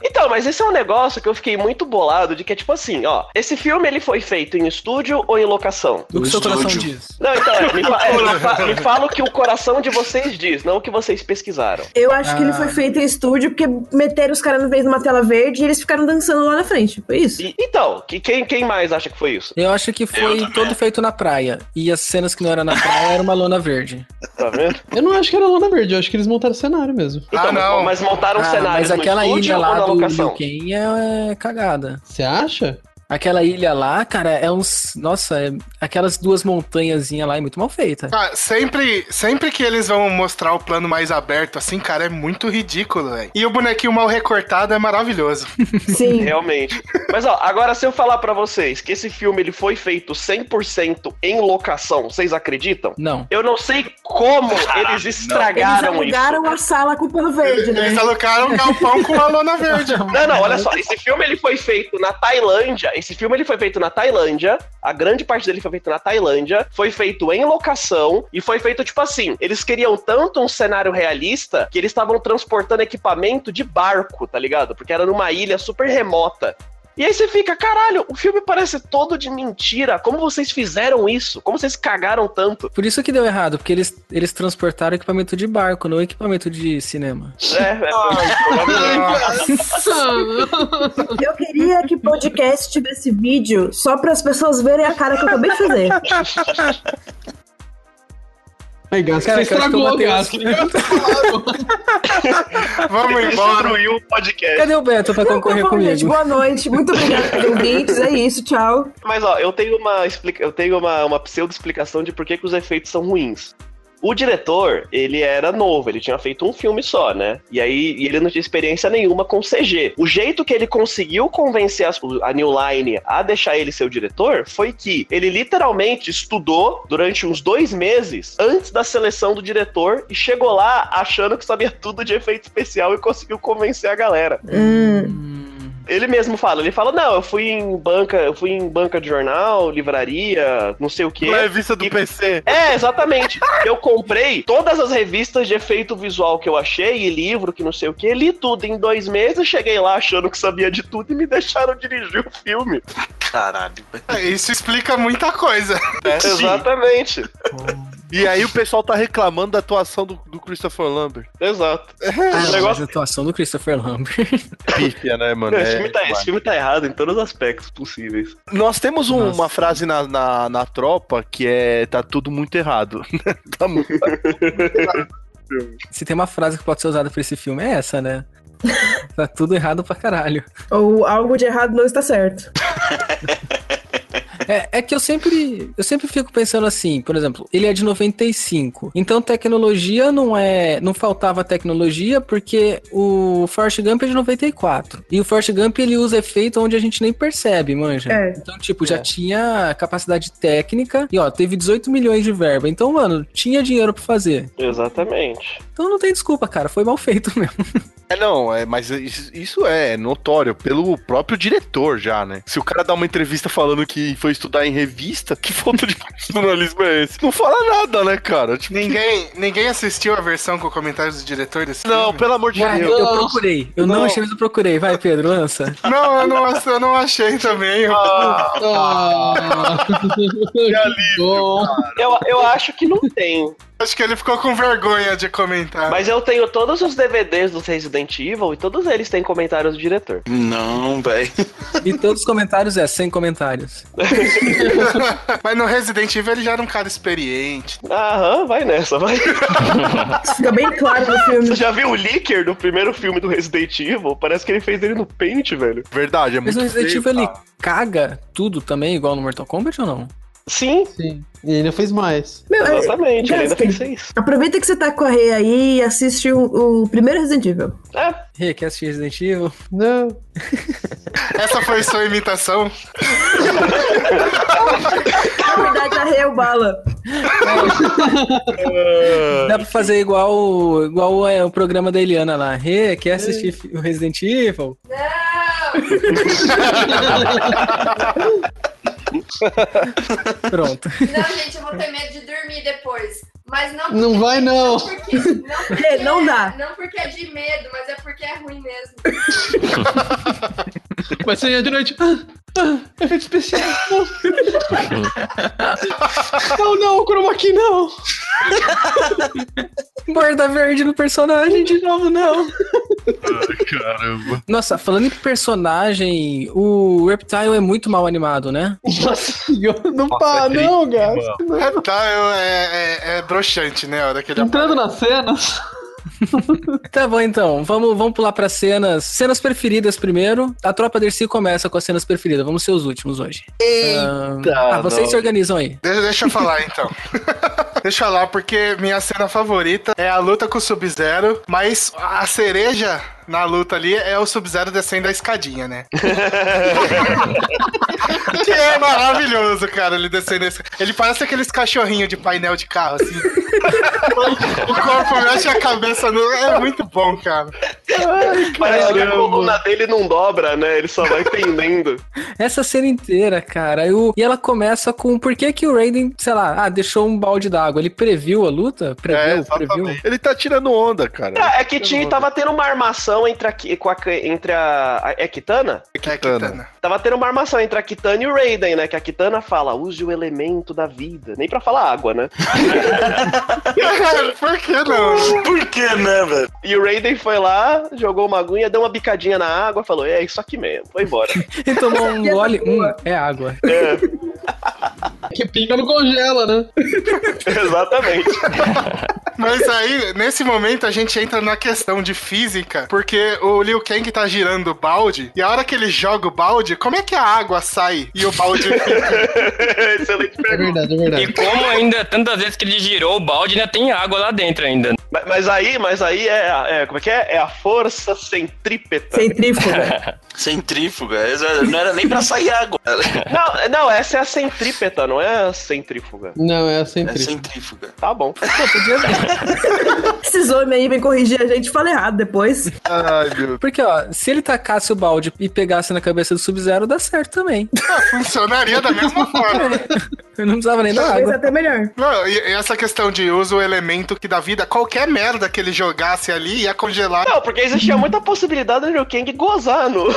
B: Então, mas esse é um negócio que eu fiquei muito bolado de que é tipo assim, ó, esse filme ele foi feito em estúdio ou em locação?
A: O que seu coração diz.
B: Não, então, é, me, fa- é, me fa- me fala o que o coração de vocês diz, não o que vocês pesquisaram.
D: Eu acho que
A: Ah.
F: Ah.
D: ele foi feito em estúdio porque meteram os caras na vez numa tela verde e eles ficaram dançando lá na frente. Foi isso.
B: E- então, que, quem, quem mais acha que foi isso?
A: Eu acho que foi todo feito na praia. E as cenas que não era na praia era uma lona verde.
B: Tá vendo?
J: Eu não acho que era lona verde, eu acho que eles montaram cenário mesmo.
B: Então, mas- mas montaram um cenários
A: Ah, Mas
B: no
A: aquela
B: estúdio
A: ilha
B: ou
A: lá
B: na
A: do
B: locação?
A: Liu Kang é, é cagada.
J: Você acha?
A: Aquela ilha lá, cara, é uns. Nossa, é- aquelas duas montanhazinhas lá é muito mal feita.
F: Ah, sempre, sempre que eles vão mostrar o plano mais aberto, assim, cara, é muito ridículo, velho. E o bonequinho mal recortado é maravilhoso.
D: Sim.
B: Realmente. Mas ó, agora se eu falar pra vocês que esse filme ele foi feito 100% em locação, vocês acreditam?
A: Não.
B: Eu não sei como
D: Ah,
B: eles estragaram
D: eles
B: isso.
D: alugaram a sala com o pano verde, né?
F: Eles alocaram um galpão com a lona verde.
B: Não, não, olha só, é esse filme ele foi feito na Tailândia. Esse filme ele foi feito na Tailândia. A grande parte dele foi feito na Tailândia, foi feito em locação e foi feito tipo assim, eles queriam tanto um cenário realista que eles estavam transportando equipamento de barco, tá ligado? Porque era numa ilha super remota. E aí você fica, caralho, o filme parece todo de mentira. Como vocês fizeram isso? Como vocês cagaram tanto?
A: Por isso que deu errado, porque eles, eles transportaram equipamento de barco, não equipamento de cinema. Ah,
B: É, é
D: Eu queria que podcast tivesse vídeo só para as pessoas verem a cara que eu acabei de fazer.
J: Aí, Gasco,
A: Cara,
J: você
A: cara, que eu
J: estragou,
A: matei
J: Gasco.
F: Vamos embora.
B: o podcast.
A: Cadê o Beto pra concorrer
D: Então, bom, gente,
A: comigo?
D: boa noite. Muito obrigada pelos brindes. É isso, tchau.
B: Mas ó, eu tenho uma explica... eu tenho uma, uma pseudo-explicação de por que, que os efeitos são ruins. O diretor, ele era novo, ele tinha feito um filme só, né? E aí e ele não tinha experiência nenhuma com CG. O jeito que ele conseguiu convencer as- a New Line a deixar ele ser o diretor foi que ele literalmente estudou durante uns dois meses antes da seleção do diretor e chegou lá achando que sabia tudo de efeito especial e conseguiu convencer a galera.
J: Hum.
B: Ele mesmo fala, ele fala, não, eu fui em banca, eu fui em banca de jornal, livraria, não sei o quê.
C: Uma
F: é
C: revista do PC.
B: É, exatamente. eu comprei todas as revistas de efeito visual que eu achei, e livro, que não sei o quê, li tudo em dois meses, cheguei lá achando que sabia de tudo e me deixaram dirigir o filme.
E: Caralho.
F: É, Isso explica muita coisa.
B: É, Exatamente.
C: E aí o pessoal tá reclamando da atuação do, do Christopher Lambert. É.
B: Exato.
A: Ah,
B: Esse
A: mas
B: negócio-
A: a atuação do Christopher Lambert.
C: Pífia, né, mano?
B: esse,
C: É
B: filme tá,
C: demais.
B: esse filme tá errado em todos os aspectos possíveis.
C: Nós temos um- uma frase na, na, na tropa que é tá tudo muito errado. tá muito
A: Se tem uma frase que pode ser usada pra esse filme, é essa, né? tá tudo errado pra caralho.
D: Ou algo de errado não está certo.
A: É, é que eu sempre, eu sempre fico pensando assim, por exemplo, ele é de 95. Então tecnologia não é, não faltava tecnologia porque o Forrest Gump é de 94. E o Forrest Gump ele usa efeito onde a gente nem percebe, manja.
D: É.
A: Então tipo, já tinha capacidade técnica e ó, teve 18 milhões de verba. Então, mano, tinha dinheiro pra fazer.
B: Exatamente.
A: Então não tem desculpa, cara, foi mal feito mesmo.
C: É, não, é, mas isso isso é notório pelo próprio diretor já, né? Se o cara dá uma entrevista falando que foi estudar em revista, que falta de profissionalismo é esse? Não fala nada, né, cara? Tipo,
F: Ninguém, ninguém assistiu a versão com comentários do diretor desse
C: Não,
F: filme?
C: pelo amor de
A: Cara, eu procurei. Eu não, achei, mas eu procurei. Vai, Pedro, lança.
F: Não, eu não, eu não achei também.
J: Ah, que alívio,
B: Eu, eu acho que não tem.
F: Acho que ele ficou com vergonha de comentar.
B: Mas eu tenho todos os DVDs dos Resident Evil e todos eles têm comentários do diretor.
E: Não, velho.
A: E todos os comentários é sem comentários.
F: Mas no Resident Evil ele já era um cara experiente.
B: Aham, vai nessa, vai.
D: Isso fica bem claro no filme.
B: Você já viu o Licker do primeiro filme do Resident Evil? Parece que ele fez ele no Paint, velho.
C: Verdade, é
A: Mas
C: muito
A: o Resident
C: feio,
A: Evil ele
C: cara.
A: caga tudo também, igual no Mortal Kombat ou não?
B: Sim.
J: Sim. E ainda fez mais.
D: Meu, é-
B: Exatamente, ele ainda
D: Gaskin,
B: fez seis.
D: Aproveita que você tá com a Rei aí e assiste o, o primeiro Resident Evil.
B: É.
A: Rê, quer assistir Resident Evil?
J: Não.
F: Essa foi sua imitação?
D: Na verdade, a Rei é o Bala.
A: Dá pra fazer igual, o- igual é, o programa da Eliana lá. Rê, quer assistir fi-
J: É.
A: o Resident Evil? Pronto.
L: Não, gente, eu vou ter medo de dormir depois. Mas não.
J: Não vai, não.
L: porque- não, porque
D: É, não dá.
L: Não porque é de medo, mas é porque é ruim mesmo.
J: Mas você ia de noite. Ah, ah, efeito especial.
B: tá?
J: Não, não, não chroma aqui não.
A: Borda verde no personagem de novo, não.
C: Caramba.
A: Nossa, falando em personagem, o Reptile é muito mal animado, né?
J: Nossa senhora, não
A: pá, não, Gas.
F: É, tá, eu- é, é, é broxante, né? A hora que ele
J: Entrando nas cenas.
A: Tá bom, então. Vamos, vamos pular pra cenas. Cenas preferidas primeiro. A tropa Dercy começa com as cenas preferidas. Vamos ser os últimos hoje.
F: Eita,
A: Ah, vocês
F: não.
A: se organizam aí.
F: Deixa, deixa eu falar então. deixa eu falar, porque minha cena favorita é a luta com o Sub-Zero, mas a cereja na luta ali é o Sub-Zero descendo a escadinha, né? que é maravilhoso, cara, ele descendo a escadinha. Ele parece aqueles cachorrinhos de painel de carro, assim. o corpo mexe e a cabeça. não- É muito bom, cara.
B: Parece que a coluna dele não dobra, né? Ele só vai pendendo.
A: Essa cena inteira, cara. eu- e ela começa com por que, que o Raiden, sei lá, ah, deixou um balde d'água. Ele previu a luta? Previu, previu.
C: Ele É, tá tirando onda, cara.
B: Ah, é que tinha, tava tendo uma armação entre a, Ki- com a, Ki- entre a, a- é Kitana?
C: Kitana.
B: Tava tendo uma armação entre a Kitana e o Raiden, né? Que a Kitana fala, use o elemento da vida. Nem pra falar água, né?
F: Por que não?
E: Por que não, velho?
B: E o Raiden foi lá, jogou uma aguinha, deu uma bicadinha na água, falou, é isso aqui mesmo, foi embora.
A: Ele tomou um gole. Hum, é água.
J: Que pinga não congela, né?
B: Exatamente.
F: Mas aí, nesse momento, a gente entra na questão de física, porque o Liu Kang tá girando o balde, e a hora que ele joga o balde, como é que a água sai e o balde fica?
B: Excelente
J: É verdade, é verdade.
G: E como ainda, tantas vezes que ele girou o balde, ainda tem água lá dentro ainda.
B: Mas, mas aí, mas aí é, a- é- como é que é? É a força centrípeta.
D: Centrífuga.
E: Centrífuga. essa- Não era nem pra sair água.
B: Não, não, essa é a centrípeta, não é a centrífuga.
J: Não, é a
E: É
J: centrífuga.
E: centrífuga.
B: Tá bom.
D: Esses homens aí vêm corrigir a gente, fala errado depois.
A: Porque, ó, se ele tacasse o balde e pegasse na cabeça do Sub-Zero, dá certo também.
F: Ah, Funcionaria da mesma forma.
A: Eu não precisava nem da
D: Talvez
A: água.
D: até melhor.
F: Não, e, e essa questão de uso o elemento que dá vida, qualquer merda que ele jogasse ali ia congelar.
B: Não, porque existia muita possibilidade do Liu Kang gozar no.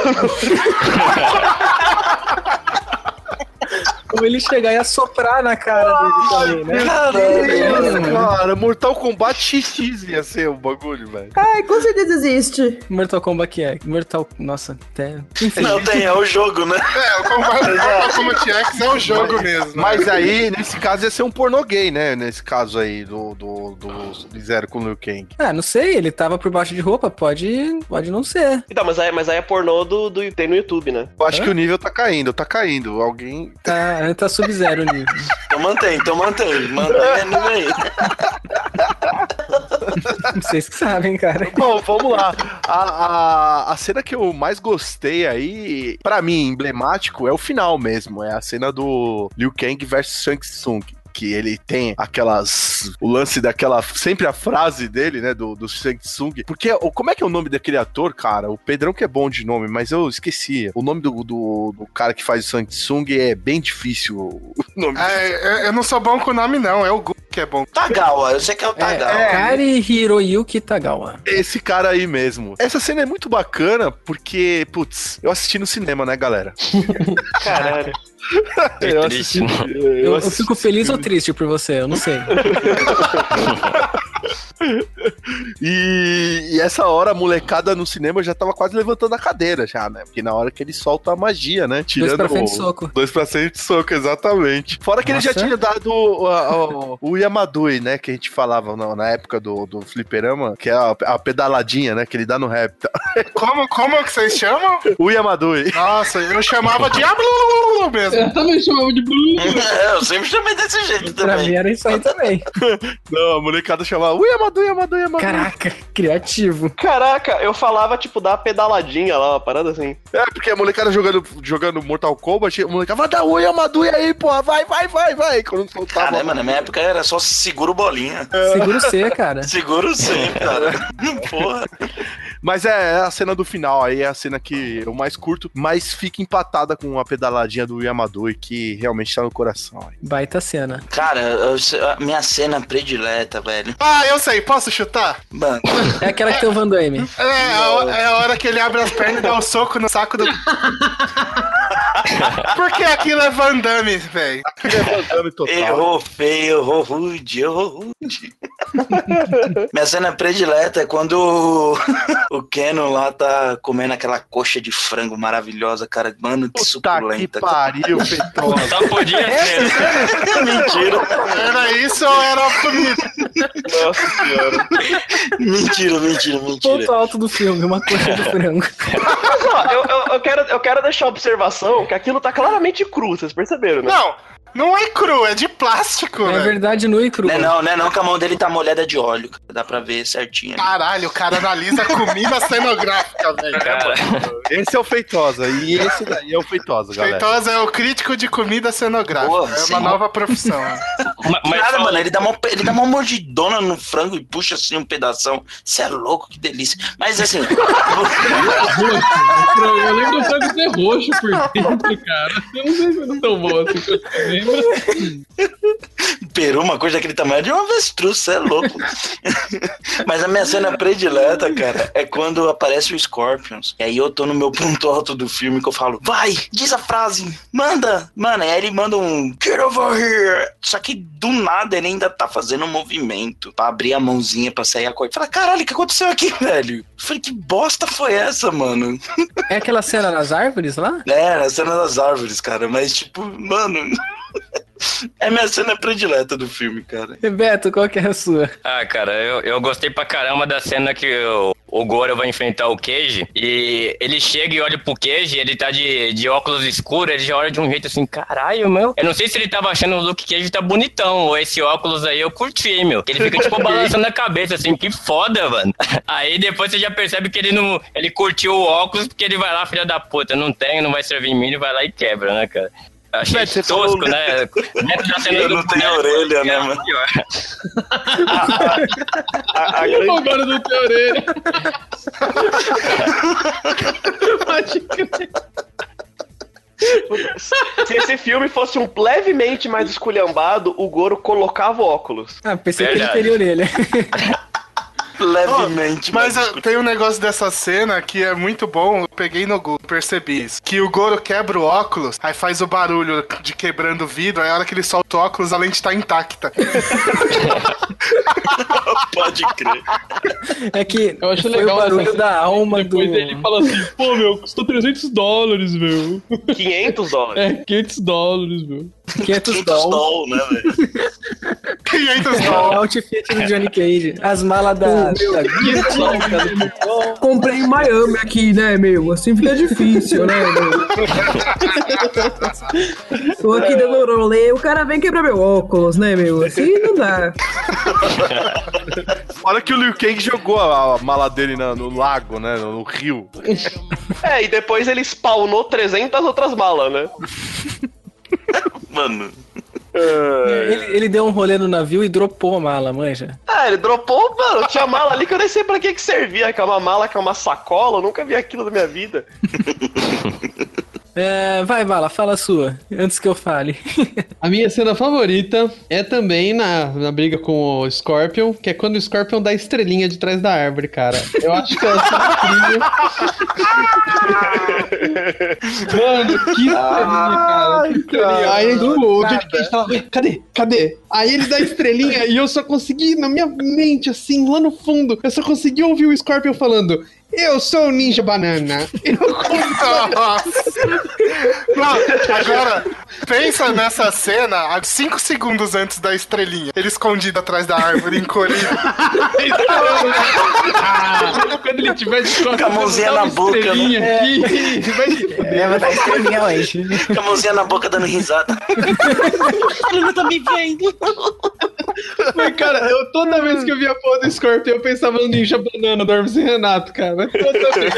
A: Como ele chegar e assoprar na cara dele também, né?
C: Caramba, cara, Mortal Kombat XX ia ser o bagulho, velho.
D: Ai, com certeza existe.
A: Mortal Kombat é. Mortal. Nossa, até. Enfim.
E: Não, tem, é o jogo, né?
F: É, o Mortal Kombat X é um jogo mesmo. né?
C: Mas aí, nesse caso, ia ser um pornô gay, né? Nesse caso aí do, do, do Sub-Zero com o Liu Kang.
A: Ah, não sei, ele tava por baixo de roupa, pode, pode não ser.
B: Então, mas aí, mas aí é pornô do, do, tem no YouTube, né?
C: Eu acho
A: Hã?
C: que o nível tá caindo, tá caindo. Alguém.
A: Tá, tá sub-zero o nível.
E: Então mantém, então mantém. Mantém no meio.
A: Vocês que sabem, cara.
C: Bom, vamos lá. A, a, a cena que eu mais gostei aí, pra mim, emblemático, é o final mesmo. É a cena do Liu Kang versus Shang Tsung. Que ele tem aquelas. O lance daquela. Sempre a frase dele, né? Do, do Shang Tsung. Porque o- como é que é o nome daquele ator, cara? O Pedrão que é bom de nome, mas eu esqueci. O nome do, do, do cara que faz o Shang Tsung é bem difícil. O nome
F: É, eu, eu não sou bom com nome, não. É o Gu que é bom.
E: Tagawa, eu sei que é o Tagawa.
A: Kari Hiroyuki Tagawa.
C: Esse cara aí mesmo. Essa cena é muito bacana porque, putz, eu assisti no cinema, né, galera?
B: Caralho.
E: É
C: Eu
G: triste,
C: assisti-
A: Eu,
C: eu
A: eu
C: assisti-
A: fico feliz ou triste por você, eu não sei.
C: E, e essa hora a molecada no cinema já tava quase levantando a cadeira, já, né? Porque na hora que ele solta a magia, né? Tirando
A: pra frente,
C: o-
A: soco.
C: Dois pra frente, soco, exatamente. Fora que ele já
A: Nossa.
C: tinha dado o, a- o- o Yamadui, né? Que a gente falava na, na época do, do fliperama, que é a, a pedaladinha, né? Que ele dá no rap.
F: Como, como é que vocês chamam?
C: O Yamadui.
F: Nossa, eu chamava de Ablu mesmo.
J: Eu também chamava de Blue.
E: eu sempre chamei desse jeito
A: Pra mim era isso aí também.
C: Não, a molecada chamava o Yamadui, Yamadui, Yamadui.
A: Caraca, criativo.
B: Caraca, eu falava, tipo, dar uma pedaladinha lá, uma parada assim.
C: É, porque a molecada jogando, jogando Mortal Kombat, a molecada vai dar o Yamadui é aí, porra, vai, vai, vai, vai. Quando soltava.
E: Caramba, Ah, né, na minha época era só seguro bolinha.
A: Seguro C, cara.
E: Seguro sim, cara. Porra.
B: né?
C: Mas é, é a cena do final, aí é a cena que eu mais curto, mas fica empatada com a pedaladinha do Yamadui, que realmente tá no coração. aí.
A: Baita cena.
E: Cara, eu- a minha cena predileta, velho.
F: Ah, eu sei, posso chutar?
E: Mano,
A: É aquela que tem o Van Damme.
F: É, a ho- é a hora que ele abre as pernas e dá um soco no saco do. Porque aquilo é Van Damme, velho.
E: errou feio, errou rude, errou rude. minha cena predileta é quando o- o Keno lá tá comendo aquela coxa de frango maravilhosa, cara. Mano, que suculenta.
C: Pariu, feitosa.
G: Só podia ser.
E: Mentira.
F: Era isso ou era a comida?
B: Nossa senhora.
E: Mentira, mentira, mentira.
A: Ponto alto do filme, uma coxa de frango.
B: Mas ó, eu, eu- eu quero, eu quero deixar a observação que aquilo tá claramente cru, vocês perceberam, né?
F: Não, não é cru, é de plástico,
A: É
F: velho.
A: verdade, nu e cru.
E: Não é não, não é não, que a mão dele tá molhada de óleo. cara. Dá pra ver
F: Tá
E: certinho.
F: Caralho, o cara analisa a comida cenográfica, velho.
G: Cara,
C: Esse é o feitosa, e esse daí é o feitosa, galera.
F: Feitosa é o crítico de comida cenográfica.
E: Porra,
F: é uma
E: sim.
F: nova profissão. né?
G: ma- mas
E: Nada,
G: fala-
E: mano, ele dá, uma, ele dá uma mordidona no frango e puxa assim um pedação. Você é louco, que delícia. Mas assim,
J: Roxo. Eu lembro do frango ser roxo por dentro, cara. Eu não sei se eu não tão bom assim que eu lembro.
E: peru, uma coisa daquele tamanho de um avestruz, você é louco. Mas a minha cena predileta, cara, é quando aparece o Scorpions. E aí eu tô no meu ponto alto do filme que eu falo, vai, diz a frase, manda, mano. E aí ele manda um get over here. Só que do nada ele ainda tá fazendo um movimento pra abrir a mãozinha pra sair a coisa. Fala, caralho, o que aconteceu aqui, velho? Eu Falei, que bosta foi essa, mano?
A: É aquela cena nas árvores lá?
E: É, a cena das árvores, cara, mas tipo, mano. É minha cena predileta do filme, cara.
A: Beto, qual que é a sua?
G: Ah, cara, eu, eu gostei pra caramba da cena que o, o Goro vai enfrentar o Cage. E ele chega e olha pro Cage, ele tá de, de óculos escuros, ele já olha de um jeito assim, caralho, meu. Eu não sei se ele tava achando o Luke Cage tá bonitão, ou esse óculos aí eu curti, meu. Ele fica, tipo, balançando a cabeça, assim, que foda, mano. Aí depois você já percebe que ele não. Ele curtiu o óculos porque ele vai lá, filha da puta, não tem, não vai servir em mim, ele vai lá e quebra, né, cara? Eu Achei
C: Beto, você
G: tosco,
C: falou-
G: né?
J: É,
G: Dentro da cena
E: Eu
G: do
E: não tenho
G: primeiro,
E: orelha, né,
G: é
E: mano?
G: pior.
E: Ah,
B: é A, a grande-
J: Agora não tem orelha. Pode crer.
B: se esse filme fosse um levemente mais esculhambado, o Goro colocava o óculos.
A: Ah, pensei que
G: Verdade.
A: ele teria orelha.
E: Levemente,
F: Mas ah, tem um negócio dessa cena que é muito bom, eu peguei no Google, percebi isso. Que o Goro quebra o óculos, aí faz o barulho de quebrando o vidro, aí a hora que ele solta o óculos, a lente tá intacta.
E: pode crer.
A: É que
J: Eu acho
A: foi
J: legal
A: o barulho
J: essa-
A: da alma
J: Depois
A: do...
J: ele fala assim, pô, meu, custou 300 dólares, meu.
B: 500 dólares.
J: É, 500 dólares, meu.
A: 500
E: Tudo
A: doll.
E: doll, né, velho?
F: 500
A: É o
F: dólares.
A: outfit do Johnny Cage. As malas da... tá da-
M: Comprei em Miami aqui, né, meu? Assim fica difícil, né, meu?
D: Tô aqui dando rolê, o cara vem quebrar meu óculos, né, meu? Assim não dá.
C: Fora que o Liu Kang jogou a, a mala dele na- no lago, né? No, no rio.
B: É, e depois ele spawnou 300 outras malas, né?
E: Mano,
A: Ele, ele deu um rolê no navio e dropou a mala, manja.
B: Ah, ele dropou, mano, tinha mala ali que eu nem sei pra que que servia, que é uma mala, que é uma sacola, eu nunca vi aquilo na minha vida.
A: É, vai, Bala, fala a sua, antes que eu fale.
J: A minha cena favorita é também na, na briga com o Scorpion, que é quando o Scorpion dá a estrelinha de trás da árvore, cara. Eu acho que é ela Mano, que estrelinha, cara. Que estrelinha. Aí tipo, o Johnny tava, cadê? Cadê? Aí ele dá a estrelinha e eu só consegui, na minha mente, assim, lá no fundo, eu só consegui ouvir o Scorpion falando. Eu sou o Ninja Banana. Eu
F: Então, Não, agora, pensa nessa cena há 5 segundos antes da estrelinha. Ele escondido atrás da árvore, encolhido.
J: Então, ah, Quando ele tiver de costas,
E: Com a
J: dá
E: mãozinha
J: uma
E: na boca,
J: estrelinha
E: né?
J: aqui. Vai de-
E: É, vai dar estrelinha hoje. Com a mãozinha na boca dando risada.
J: Ele tá me vendo. Mas, cara, eu, toda vez que eu via a porra do Scorpion, eu pensava no Ninja Banana do Hermes e Renato, cara. Toda vez.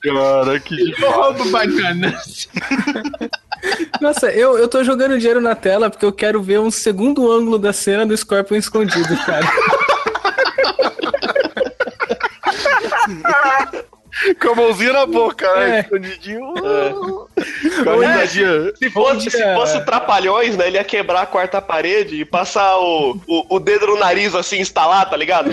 C: Cara, que
J: Eu roubo banana.
A: Nossa, eu, eu tô jogando dinheiro na tela porque eu quero ver um segundo ângulo da cena do Scorpion escondido, cara.
C: Com a mãozinha na boca, né?
A: É.
C: Escondidinho.
J: É.
B: Ou
C: Cara,
B: é,
C: imagina.
B: Se fosse, se fosse o Trapalhões, né? Ele ia quebrar a quarta parede e passar o, o, o dedo no nariz assim, instalar, tá ligado?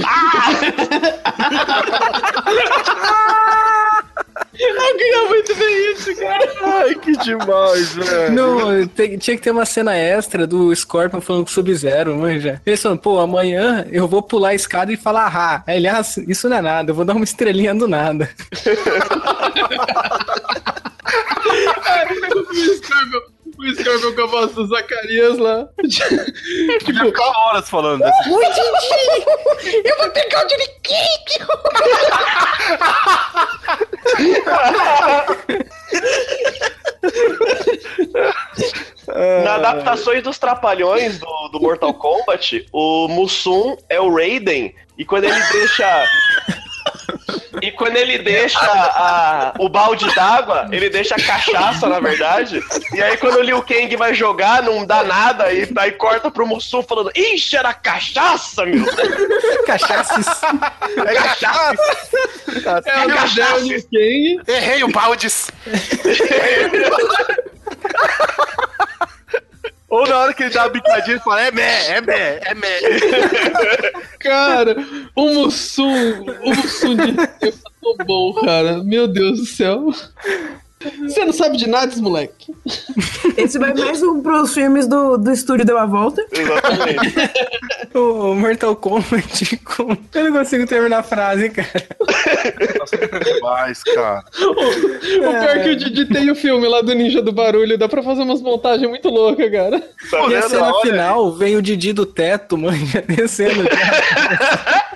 J: Eu queria muito ver isso, cara.
C: Ai, que demais, velho.
A: Não, tem- tinha que ter uma cena extra do Scorpion falando com o Sub-Zero, manja. Eles falando, pô, amanhã eu vou pular a escada e falar ha. Aí ele, ah, isso não é nada, eu vou dar uma estrelinha do nada.
J: o Scorpion, o Scorpion com a voz do Zacarias lá. Tipo,
C: Podia ficar horas falando dessa.
J: Oi, Didi! Eu vou pegar o Johnny
B: Na adaptações dos Trapalhões do, do Mortal Kombat, o Mussum é o Raiden e quando ele deixa. E quando ele deixa a- o balde d'água, ele deixa a cachaça, na verdade. E aí quando o Liu Kang vai jogar, não dá nada, e daí corta pro Mussum falando, Ixi, era cachaça, meu!
A: Cachaças.
B: É cachaça!
J: É o Gabriel Liu Kang.
F: Errei o baldes.
C: Ou na hora que ele dá a bicadinha, ele fala: é mé, é mé, é mé.
J: Cara, o Mussum, o Mussum de Deus tá tão bom, cara. Meu Deus do céu. Você não sabe de nada, esse moleque.
D: Esse vai mais um pros filmes do, do estúdio Deu a Volta.
A: o Mortal Kombat com... Eu não consigo terminar a frase, cara.
C: Demais, cara.
J: O pior
A: né?
J: é que o Didi tem o filme lá do Ninja do Barulho. Dá pra fazer umas montagens muito loucas, cara.
A: e a
C: Tá vendo?
A: cena
C: Olha aí.
A: final vem o Didi do teto, manja, descendo. cara.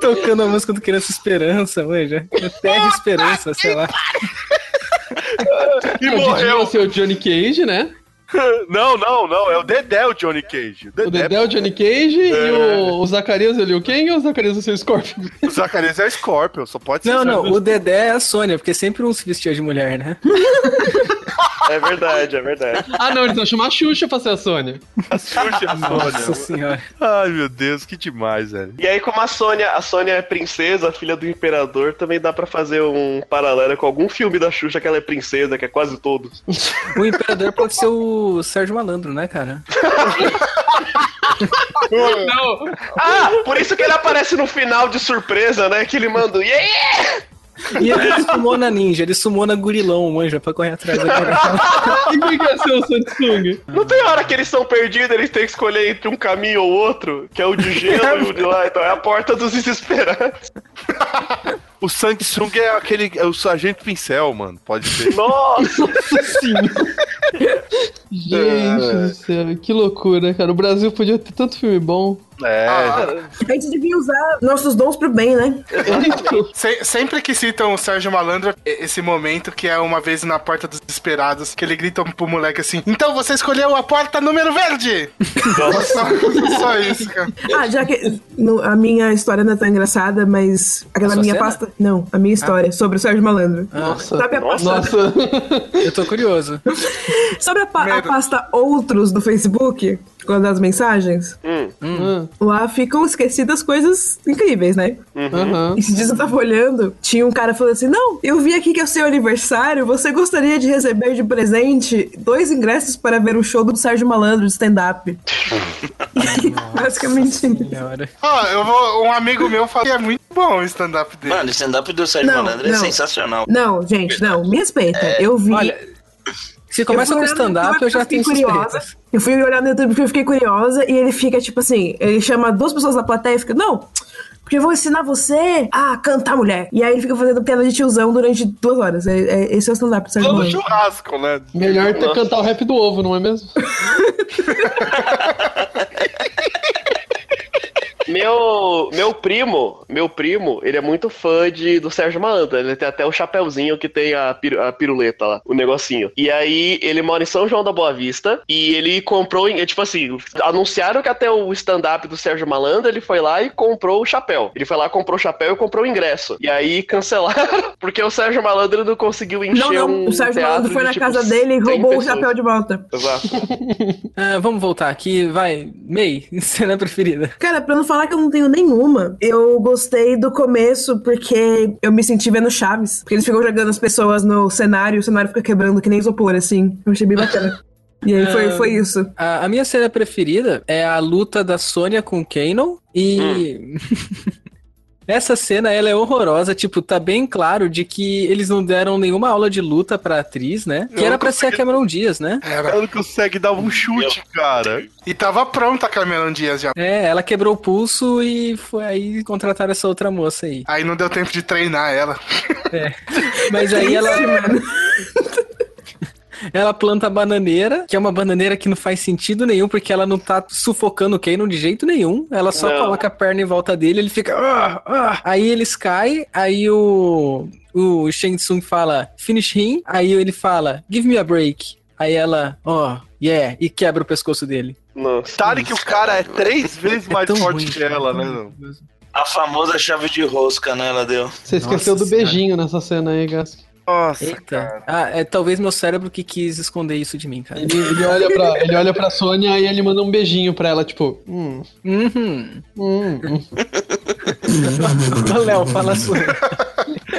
A: Tocando a música do Criança Esperança, manja. Terra e Esperança, sei lá.
C: E
J: o Didi vai
C: morreu.
J: ser o Johnny Cage, né?
C: Não, não, não. É o Dedé, o Johnny Cage. O
J: O
C: Dedé,
J: Dedé, é o Johnny Cage e o, o Zacarias é o Liu Kang e o Zacarias é o seu Scorpion.
C: o Zacarias é o Scorpion. Só pode ser.
A: Não, não, o Dedé é a Sônia, porque sempre um se vestia de mulher, né?
B: É verdade, é verdade.
J: Ah, não, eles vão chamar a Xuxa pra ser a Sônia.
C: Xuxa,
A: Nossa
C: Sônia.
A: senhora.
C: Ai, meu Deus, que demais, velho.
B: E aí, como a Sônia, a Sônia é princesa, filha do imperador, também dá pra fazer um paralelo com algum filme da Xuxa que ela é princesa, que é quase todos.
A: O imperador pode ser o Sérgio Malandro, né, cara?
J: Não,
B: Ah, por isso que ele aparece no final de surpresa, né? Que ele manda. um Yeah!
A: E ele sumou na ninja, ele sumou na gurilão, manja, pra correr atrás da gurilão.
J: e quem quer ser o Samsung?
B: Não tem hora que eles são perdidos, eles têm que escolher entre um caminho ou outro, que é o de gelo e o de lá. Então é a porta dos desesperados.
C: O Samsung é aquele. É o Sargento Pincel, mano. Pode ser.
B: Nossa!
J: Gente
C: É.
J: do céu, que loucura, cara. O Brasil podia ter tanto filme bom.
C: É.
D: A gente devia usar nossos dons pro bem, né?
F: Se- sempre que citam o Sérgio Malandro, e- esse momento que é uma vez na porta dos desesperados, que ele grita pro moleque assim: Então você escolheu a porta número verde! Só, só isso, cara.
D: Ah, já que no- a minha história não é tão engraçada, mas
A: A
D: aquela
A: sua
D: minha
A: cena? Ah.
D: pasta. Não, a minha história sobre o Sérgio Malandro.
J: Nossa.
D: Sabe a pasta,
J: Nossa.
A: Eu tô curioso.
D: sobre a, pa- a
F: Medo.
D: pasta Outros do Facebook? Quando das mensagens? Lá ficam esquecidas coisas incríveis, né?
J: Uhum.
D: Esse dia eu tava olhando, tinha um cara falando assim: Não, eu vi aqui que é o seu aniversário, você gostaria de receber de presente dois ingressos para ver o show do Sérgio Malandro de stand-up. Basicamente.
F: Ah, eu vou. Um amigo meu falou que é muito bom o stand-up dele.
E: Mano, o stand-up do Sérgio
D: Não,
E: Malandro é
D: não.
E: sensacional.
D: Não, gente, não, me respeita. eu vi.
A: É, Se começa
D: Eu fui
A: com
D: olhar no
A: stand-up,
D: YouTube
A: eu já
D: porque
A: tenho
D: fiquei curiosa.
A: suspeitas.
D: Eu fui olhar no YouTube porque eu fiquei curiosa e ele fica tipo assim: ele chama duas pessoas da plateia e fica, não, porque eu vou ensinar você a cantar mulher. E aí ele fica fazendo piada de tiozão durante duas horas. É- é- esse é o stand-up do Sérgio
C: Todo
D: Malandro.
C: churrasco, né?
J: Melhor ter
C: Nossa.
J: cantar o rap do ovo, não é mesmo?
B: Meu, meu primo, meu primo, ele é muito fã de, do Sérgio Malandro. Ele tem até o chapéuzinho que tem a, piru- a piruleta lá, o negocinho. E aí, ele mora em São João da Boa Vista e ele comprou, em- é, tipo assim, anunciaram que até o stand-up do Sérgio Malandro, ele foi lá e comprou o chapéu. Ele foi lá, comprou o chapéu e comprou o ingresso. E aí, cancelaram, porque o Sérgio Malandro não conseguiu encher
D: Não, não,
B: um
D: o Sérgio Malandro
B: teatro
D: foi
B: de,
D: na
B: tipo,
D: casa dele e
B: 100
D: roubou o
B: pessoas.
D: chapéu de volta.
B: Exato.
A: Ah, vamos voltar aqui, vai. May, cena preferida.
D: Cara, pra não falar que eu não tenho nenhuma, eu gostei do começo porque eu me senti vendo Chaves. Porque eles ficam jogando as pessoas no cenário e o cenário fica quebrando que nem isopor, assim. Eu achei bem bacana. E aí foi,
A: Ah,
D: foi isso.
A: A, a minha cena preferida é a luta da Sônia com o Kanon
F: Hum.
A: e. Essa cena ela é horrorosa, tipo, tá bem claro de que eles não deram nenhuma aula de luta pra atriz, né? Que
C: Eu
A: era
C: não
A: pra ser a Cameron Diaz, né?
F: Ela não consegue dar um chute, cara. E tava pronta a Cameron Dias já.
A: É, ela quebrou o pulso e foi aí contrataram essa outra moça aí. É.
F: Aí não deu tempo de treinar ela.
A: Mas aí ela. Ela planta a bananeira, que é uma bananeira que não faz sentido nenhum, porque ela não tá sufocando o Kanon de jeito nenhum. Ela só
B: Não.
A: coloca a perna em volta dele, ele fica. "Ah, ah". Aí eles caem, aí o. O Shang Tsung fala, finish him. Aí ele fala, give me a break. Aí ela, ó, yeah, e quebra o pescoço dele.
B: Nossa.
C: Tare que o cara é três vezes mais forte que ela, né? não?
E: A famosa chave de rosca, né? Ela deu.
J: Você esqueceu do beijinho nessa cena aí, Gask.
C: Nossa,
A: Eita. Ah, é talvez meu cérebro que quis esconder isso de mim, cara.
J: Ele, ele olha pra, ele olha pra Sônia e ele manda um beijinho pra ela, tipo, hum,
A: Uhum.
J: hum, hum.
A: Léo, fala a sua.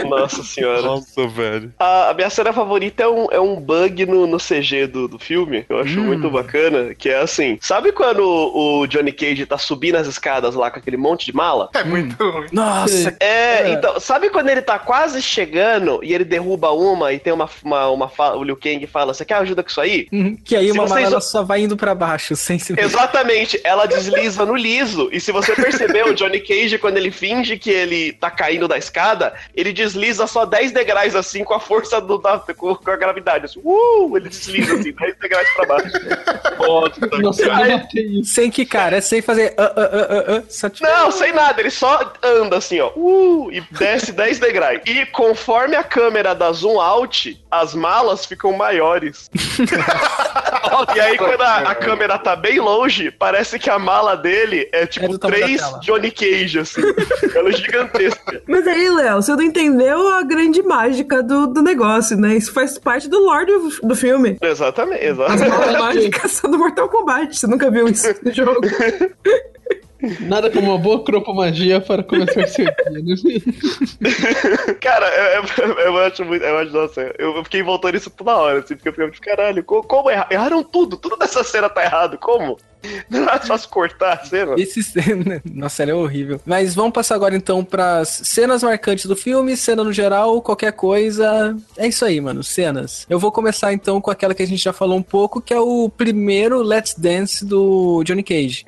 B: Nossa senhora.
C: Nossa, velho.
B: A, a minha cena favorita é um, é um bug no, no CG do, do filme, eu
C: Hum.
B: acho muito bacana, que é assim, sabe quando o, o Johnny Cage tá subindo as escadas lá com aquele monte de mala?
F: É muito ruim.
A: Nossa,
B: É, então, sabe quando ele tá quase chegando e ele derruba uma e tem uma, uma, uma fa- o Liu Kang fala, você quer ajuda com isso aí?
A: Uhum. que aí
B: Se
A: uma
B: vocês-
A: malada só vai indo pra baixo, sem se
B: Exatamente, ela desliza no liso. E se você perceber, o Johnny Cage, quando ele finge que ele tá caindo da escada, ele desliza só 10 degraus assim com a força do, da, com, com a gravidade. Assim, uh, ele desliza assim, 10 degraus pra baixo. Puta
J: Nossa,
B: que-
J: eu levantei isso.
A: Sem que, cara, é sem fazer. ah, ah, ah, ah, ah, só tipo-
B: Não, sem nada, ele só anda assim, ó. Uh, e desce 10 degraus. E conforme a câmera dá zoom out, as malas ficam maiores. e aí, quando
D: É.
B: a, a câmera tá bem longe, parece que a mala dele é
A: É
B: tipo
A: do tamanho da
B: três
A: tela.
B: Johnny Cage, assim. Ela é gigantesca.
D: Mas aí, Léo, você não entendeu a grande mágica do, do negócio, né? Isso faz parte do lore do, do filme.
B: Exatamente,
D: As
B: exatamente.
D: bolas mágicas são do Mortal Kombat. Você nunca viu isso no jogo.
J: Nada como uma boa cropomagia para começar seu dia, né?
B: Cara, eu, eu- eu acho muito. Eu acho, nossa, eu eu fiquei voltando isso toda hora, assim, porque eu fiquei tipo, caralho, co- como, erra- erraram tudo? Tudo dessa cena tá errado, como? Não era só se cortar a cena?
A: Esse cena. Nossa, ela é horrível. Mas vamos passar agora então pras cenas marcantes do filme, cena no geral, qualquer coisa. É isso aí, mano, cenas. Eu vou começar então com aquela que a gente já falou um pouco, que é o primeiro Let's Dance do Johnny Cage.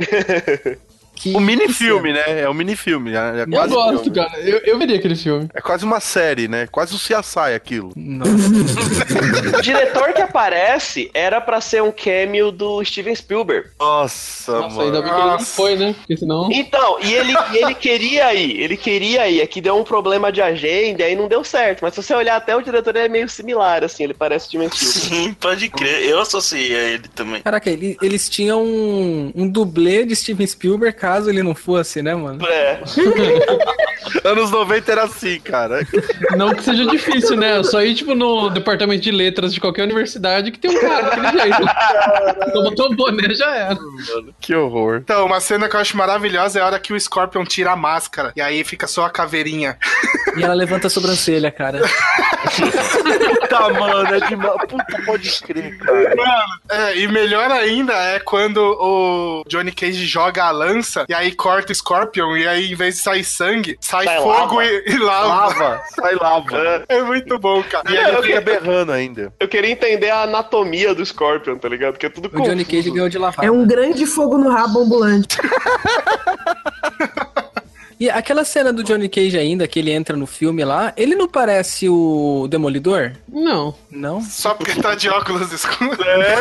A: Que
C: O minifilme, né? É um minifilme. É, é
J: Eu
C: quase um
J: gosto,
C: filme.
J: cara. Eu, eu veria aquele filme. Hum.
C: É quase uma série, né? Quase o CSI aquilo.
A: Nossa.
B: O diretor que aparece era pra ser um cameo do Steven Spielberg.
C: Nossa,
J: Nossa, ainda
C: mano.
J: bem que ele não foi, né? Porque senão.
B: Então, e ele, e ele queria ir, ele queria ir, aqui deu um problema de agenda, aí não deu certo. Mas se você olhar até o diretor, ele é meio similar, assim, ele parece o Steven Spielberg.
E: Sim, pode crer. Eu associei a ele também.
A: Caraca, ele- eles tinham um, um dublê de Steven Spielberg, caso ele não fosse, né, mano?
B: É.
C: Anos 90 era assim, cara.
J: Não que seja difícil, né? Eu só ir, tipo, no departamento de letras de qualquer universidade que tem um cara daquele jeito. Só botou um
A: né?
J: boné, já era.
C: Que horror.
F: Então, uma cena que eu acho maravilhosa é a hora que o Scorpion tira a máscara. E aí fica só a caveirinha.
A: E ela levanta a sobrancelha, cara.
C: Puta, mano, é demais. Puta, pode crer, cara.
F: Mano, é, e melhor ainda é quando o Johnny Cage joga a lança e aí corta o Scorpion e aí em vez de sair sangue, sai,
C: Sai
F: fogo
C: lava.
F: E, e lava.
C: Lava, sai lava.
F: É muito bom, cara.
C: E
F: E
C: ele
F: aí,
C: fica berrando ainda.
B: Eu queria entender a anatomia do Scorpion, tá ligado? Que é tudo
A: O Johnny
B: confuso.
A: Cage ganhou de lavar.
D: É um grande fogo no rabo ambulante.
A: E aquela cena do Johnny Cage ainda, que ele entra no filme lá, ele não parece o Demolidor?
J: Não.
A: Não?
F: só porque tá de óculos escuros.
A: É.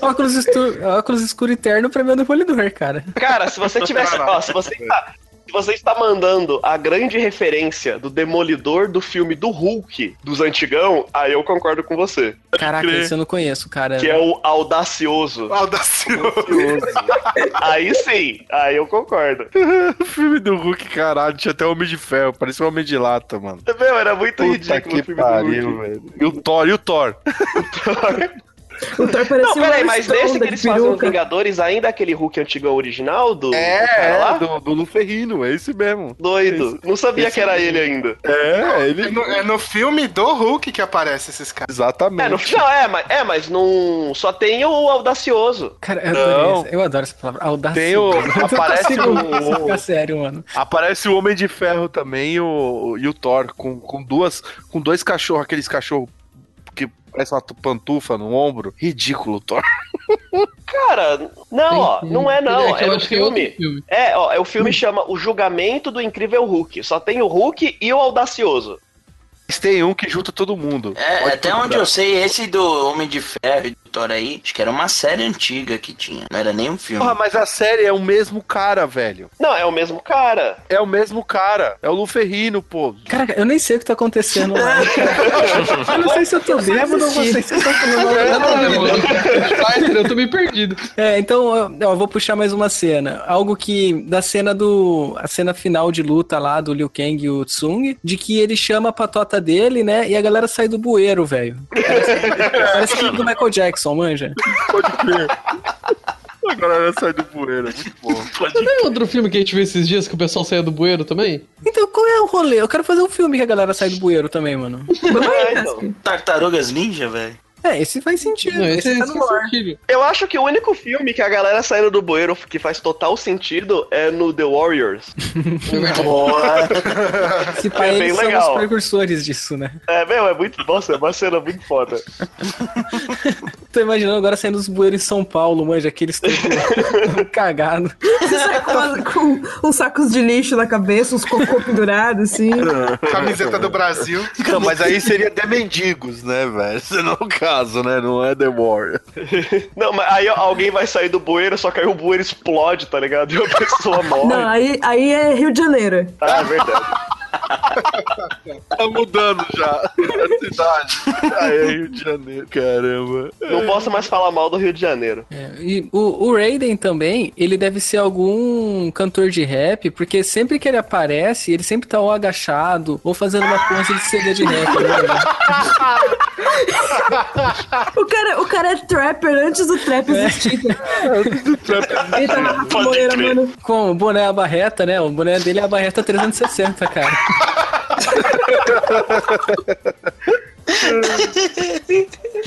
F: É
A: óculos, estu- óculos escuro e terno pra mim é o Demolidor, cara.
B: Cara, se você tivesse. ó, se você tá. se você está mandando a grande referência do demolidor do filme do Hulk, dos antigão, aí eu concordo com você.
A: Caraca,
B: crer.
A: esse eu não conheço, cara.
B: Que é o audacioso.
F: Audacioso.
B: aí sim, aí eu concordo.
C: o filme do Hulk, caralho, tinha até Homem de Ferro, parecia um Homem de Lata, mano.
B: Meu, era muito
C: Puta
B: ridículo
C: que
B: o filme do
C: pariu,
B: Hulk.
C: velho. E o Thor, e o Thor?
D: O Thor parecia
B: Não, peraí,
D: um
B: mas
D: Armstrong
B: desse que
D: de
B: eles fazem um os
D: peruca.
B: Vingadores, ainda aquele Hulk antigão original do. do cara
C: É,
B: lá?
C: do, do Luferrino, é esse mesmo.
B: Doido. Não sabia que era ele ainda.
C: É,
F: É
C: ele.
F: no, é no filme do Hulk que aparece esses caras.
B: É, no,
C: Exatamente.
B: não, é, mas, é, mas não. Só tem o audacioso.
A: Cara, eu adoro,
C: Não.
A: essa, eu adoro essa palavra. Audácia.
C: Tem o-
A: Eu tô
C: aparece
A: conseguindo
C: o-
A: ficar sério, mano.
C: Aparece o Homem de Ferro também e o, e o Thor com, com duas. Com dois cachorros, aqueles cachorros que parece uma pantufa no ombro. Ridículo, Thor.
B: Cara, não, ó, não é não. É,
J: eu
B: no
J: acho que é outro
B: filme. É, ó, é, o filme chama O Julgamento do Incrível Hulk. Só tem o Hulk e o Audacioso.
C: Mas tem um que junta todo mundo.
E: É,
C: Pode
E: até
C: procurar.
E: onde eu sei, esse do Homem de Ferro e do Thor aí, acho que era uma série antiga que tinha, não era nem um filme.
C: Porra, mas a série é o mesmo cara, velho.
B: Não, é o mesmo cara.
C: É o mesmo cara. É o Luferrino, pô.
A: Cara, eu nem sei o que tá acontecendo lá. cara. Eu não sei se eu tô bêbado ou vocês que estão falando mal
J: Não, não, não, não. Eu tô meio perdido.
A: É, então ó, ó, eu vou puxar mais uma cena. Algo que. Da cena do. A cena final de luta lá do Liu Kang e o Tsung, de que ele chama a patota dele, né? E a galera sai do bueiro, velho. Parece, parece filme do Michael Jackson, manja.
C: Pode crer. A galera sai do poeira. Muito bom.
J: Não tem outro filme que a gente viu esses dias que o pessoal saia do bueiro também?
A: Então, qual é o rolê? Eu quero fazer um filme que a galera sai do bueiro também, mano.
B: É, então.
E: Tartarugas Ninja, velho.
A: É, esse faz sentido.
J: Não,
A: esse,
J: esse,
A: tá
J: esse
A: no
J: faz
A: lore.
J: sentido.
B: Eu acho que o único filme que a galera saindo do bueiro que faz total sentido é no The Warriors.
J: é
E: Porra.
A: Esse pai,
B: É bem
A: eles são
B: legal.
A: os precursores disso, né?
B: É, meu, é muito. Nossa, é uma cena muito foda.
A: Tô imaginando agora saindo dos bueiros em São Paulo, manja, aqueles tudo cagado.
D: Você sai com, uma- com uns sacos de lixo na cabeça, uns cocô pendurado, assim.
F: Camiseta do Brasil.
C: Não, mas aí seria The Mendigos, né, velho? Esse não é o caso, né? Não é The Warrior.
B: Não, mas aí alguém vai sair do bueiro, só que aí o bueiro explode, tá ligado? E a pessoa morre.
D: Não, aí, aí é Rio de Janeiro.
B: Ah, é verdade.
C: Tá mudando já a cidade. Aí é Rio de Janeiro. Caramba.
B: Não posso mais falar mal do Rio de Janeiro.
A: É, e o, o Raiden também, ele deve ser algum cantor de rap, porque sempre que ele aparece, ele sempre tá ou agachado, ou fazendo uma pose de CD de rap. Né?
D: O cara, o cara é trapper antes do trap
A: É.
D: existir. Ele tá na Rafa Moreira, mano.
A: Com o boné a barreta, né? O boné dele é a barreta 360, cara.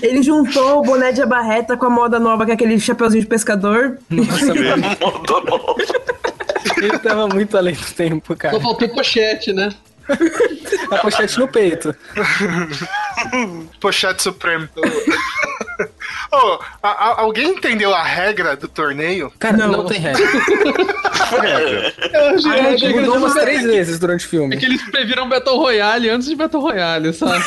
D: Ele juntou o boné de abarreta com a moda nova, que é aquele chapeuzinho de pescador.
A: Nossa, mano,
E: Mudou novo.
A: ele tava muito além do tempo, cara. Tá
J: Só faltou pochete, né?
A: A pochete no peito.
F: Pochete Supremo. Ô, a- a- alguém entendeu a regra do torneio?
A: Cara, não, tem rap.
J: Eu achei, eu achei que
A: Mudou
J: eles-
A: umas três vezes durante o
J: é
A: filme.
J: que eles previram Battle Royale antes de Battle Royale, sabe?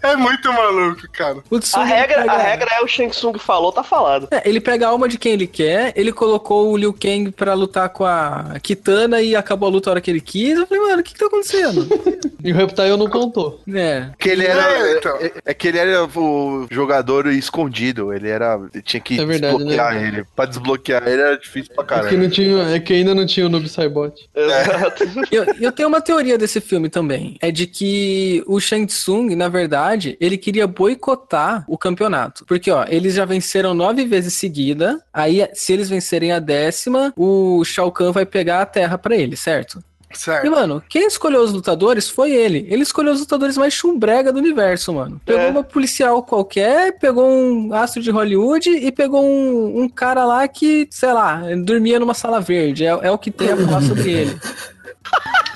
F: É muito maluco, cara.
A: O
B: A
A: Tsung
B: regra,
A: pega-
B: a regra é o Shang Tsung falou, tá falado.
A: É, ele pega a alma de quem ele quer, ele colocou o Liu Kang pra lutar com a Kitana e acabou a luta a hora que ele quis. Eu falei, mano, o que, que tá acontecendo?
J: E o Reptile não contou.
A: É.
C: Que ele era,
A: É,
C: é,
E: então.
C: é que ele era o jogador escondido. Ele era. Tinha que
J: É verdade,
C: desbloquear
J: né?
C: ele. Pra desbloquear ele era difícil pra
J: É que, não
C: caralho.
J: tinha, é que ainda não tinha o Noob Saibot.
A: Eu, eu tenho uma teoria desse filme também. É de que o Shang Tsung, na verdade, ele queria boicotar o campeonato. Porque, ó, eles já venceram nove vezes seguida. Aí, se eles vencerem a décima, o Shao Kahn vai pegar a terra pra ele, certo?
F: Certo.
A: E, mano, quem escolheu os lutadores foi ele. Ele escolheu os lutadores mais chumbrega do universo, mano. Pegou uma policial qualquer, pegou um astro de Hollywood e pegou um, um cara lá que, sei lá, dormia numa sala verde. É, é o que tem a falar sobre ele.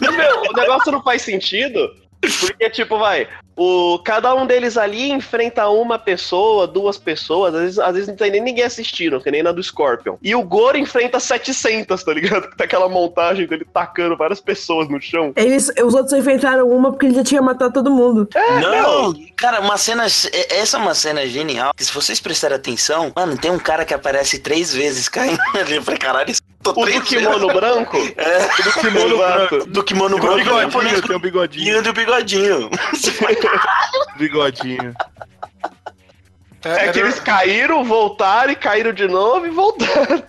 B: Meu, o negócio não faz sentido. Porque, tipo, vai, o, cada um deles ali enfrenta uma pessoa, duas pessoas, às vezes, às vezes não tem nem ninguém assistindo, que nem na do Scorpion. E o Goro enfrenta 700, tá ligado? Que Tá aquela montagem dele tacando várias pessoas no chão.
D: Eles, os outros enfrentaram uma porque ele já tinha matado todo mundo.
B: É,
E: Não, cara, uma cena. é- Essa é uma cena genial. Que se vocês prestarem atenção, mano, tem um cara que aparece três vezes caindo ali. Eu falei, caralho, isso tô
B: O do kimono um branco?
E: É.
B: Do kimono
E: Exato.
B: branco.
E: Do kimono
B: Do
E: branco. né?
B: bigodinho,
E: japonês.
B: tem o bigodinho.
E: E o do bigodinho.
C: Bigodinho.
B: É que eles caíram, voltaram e caíram de novo e voltaram.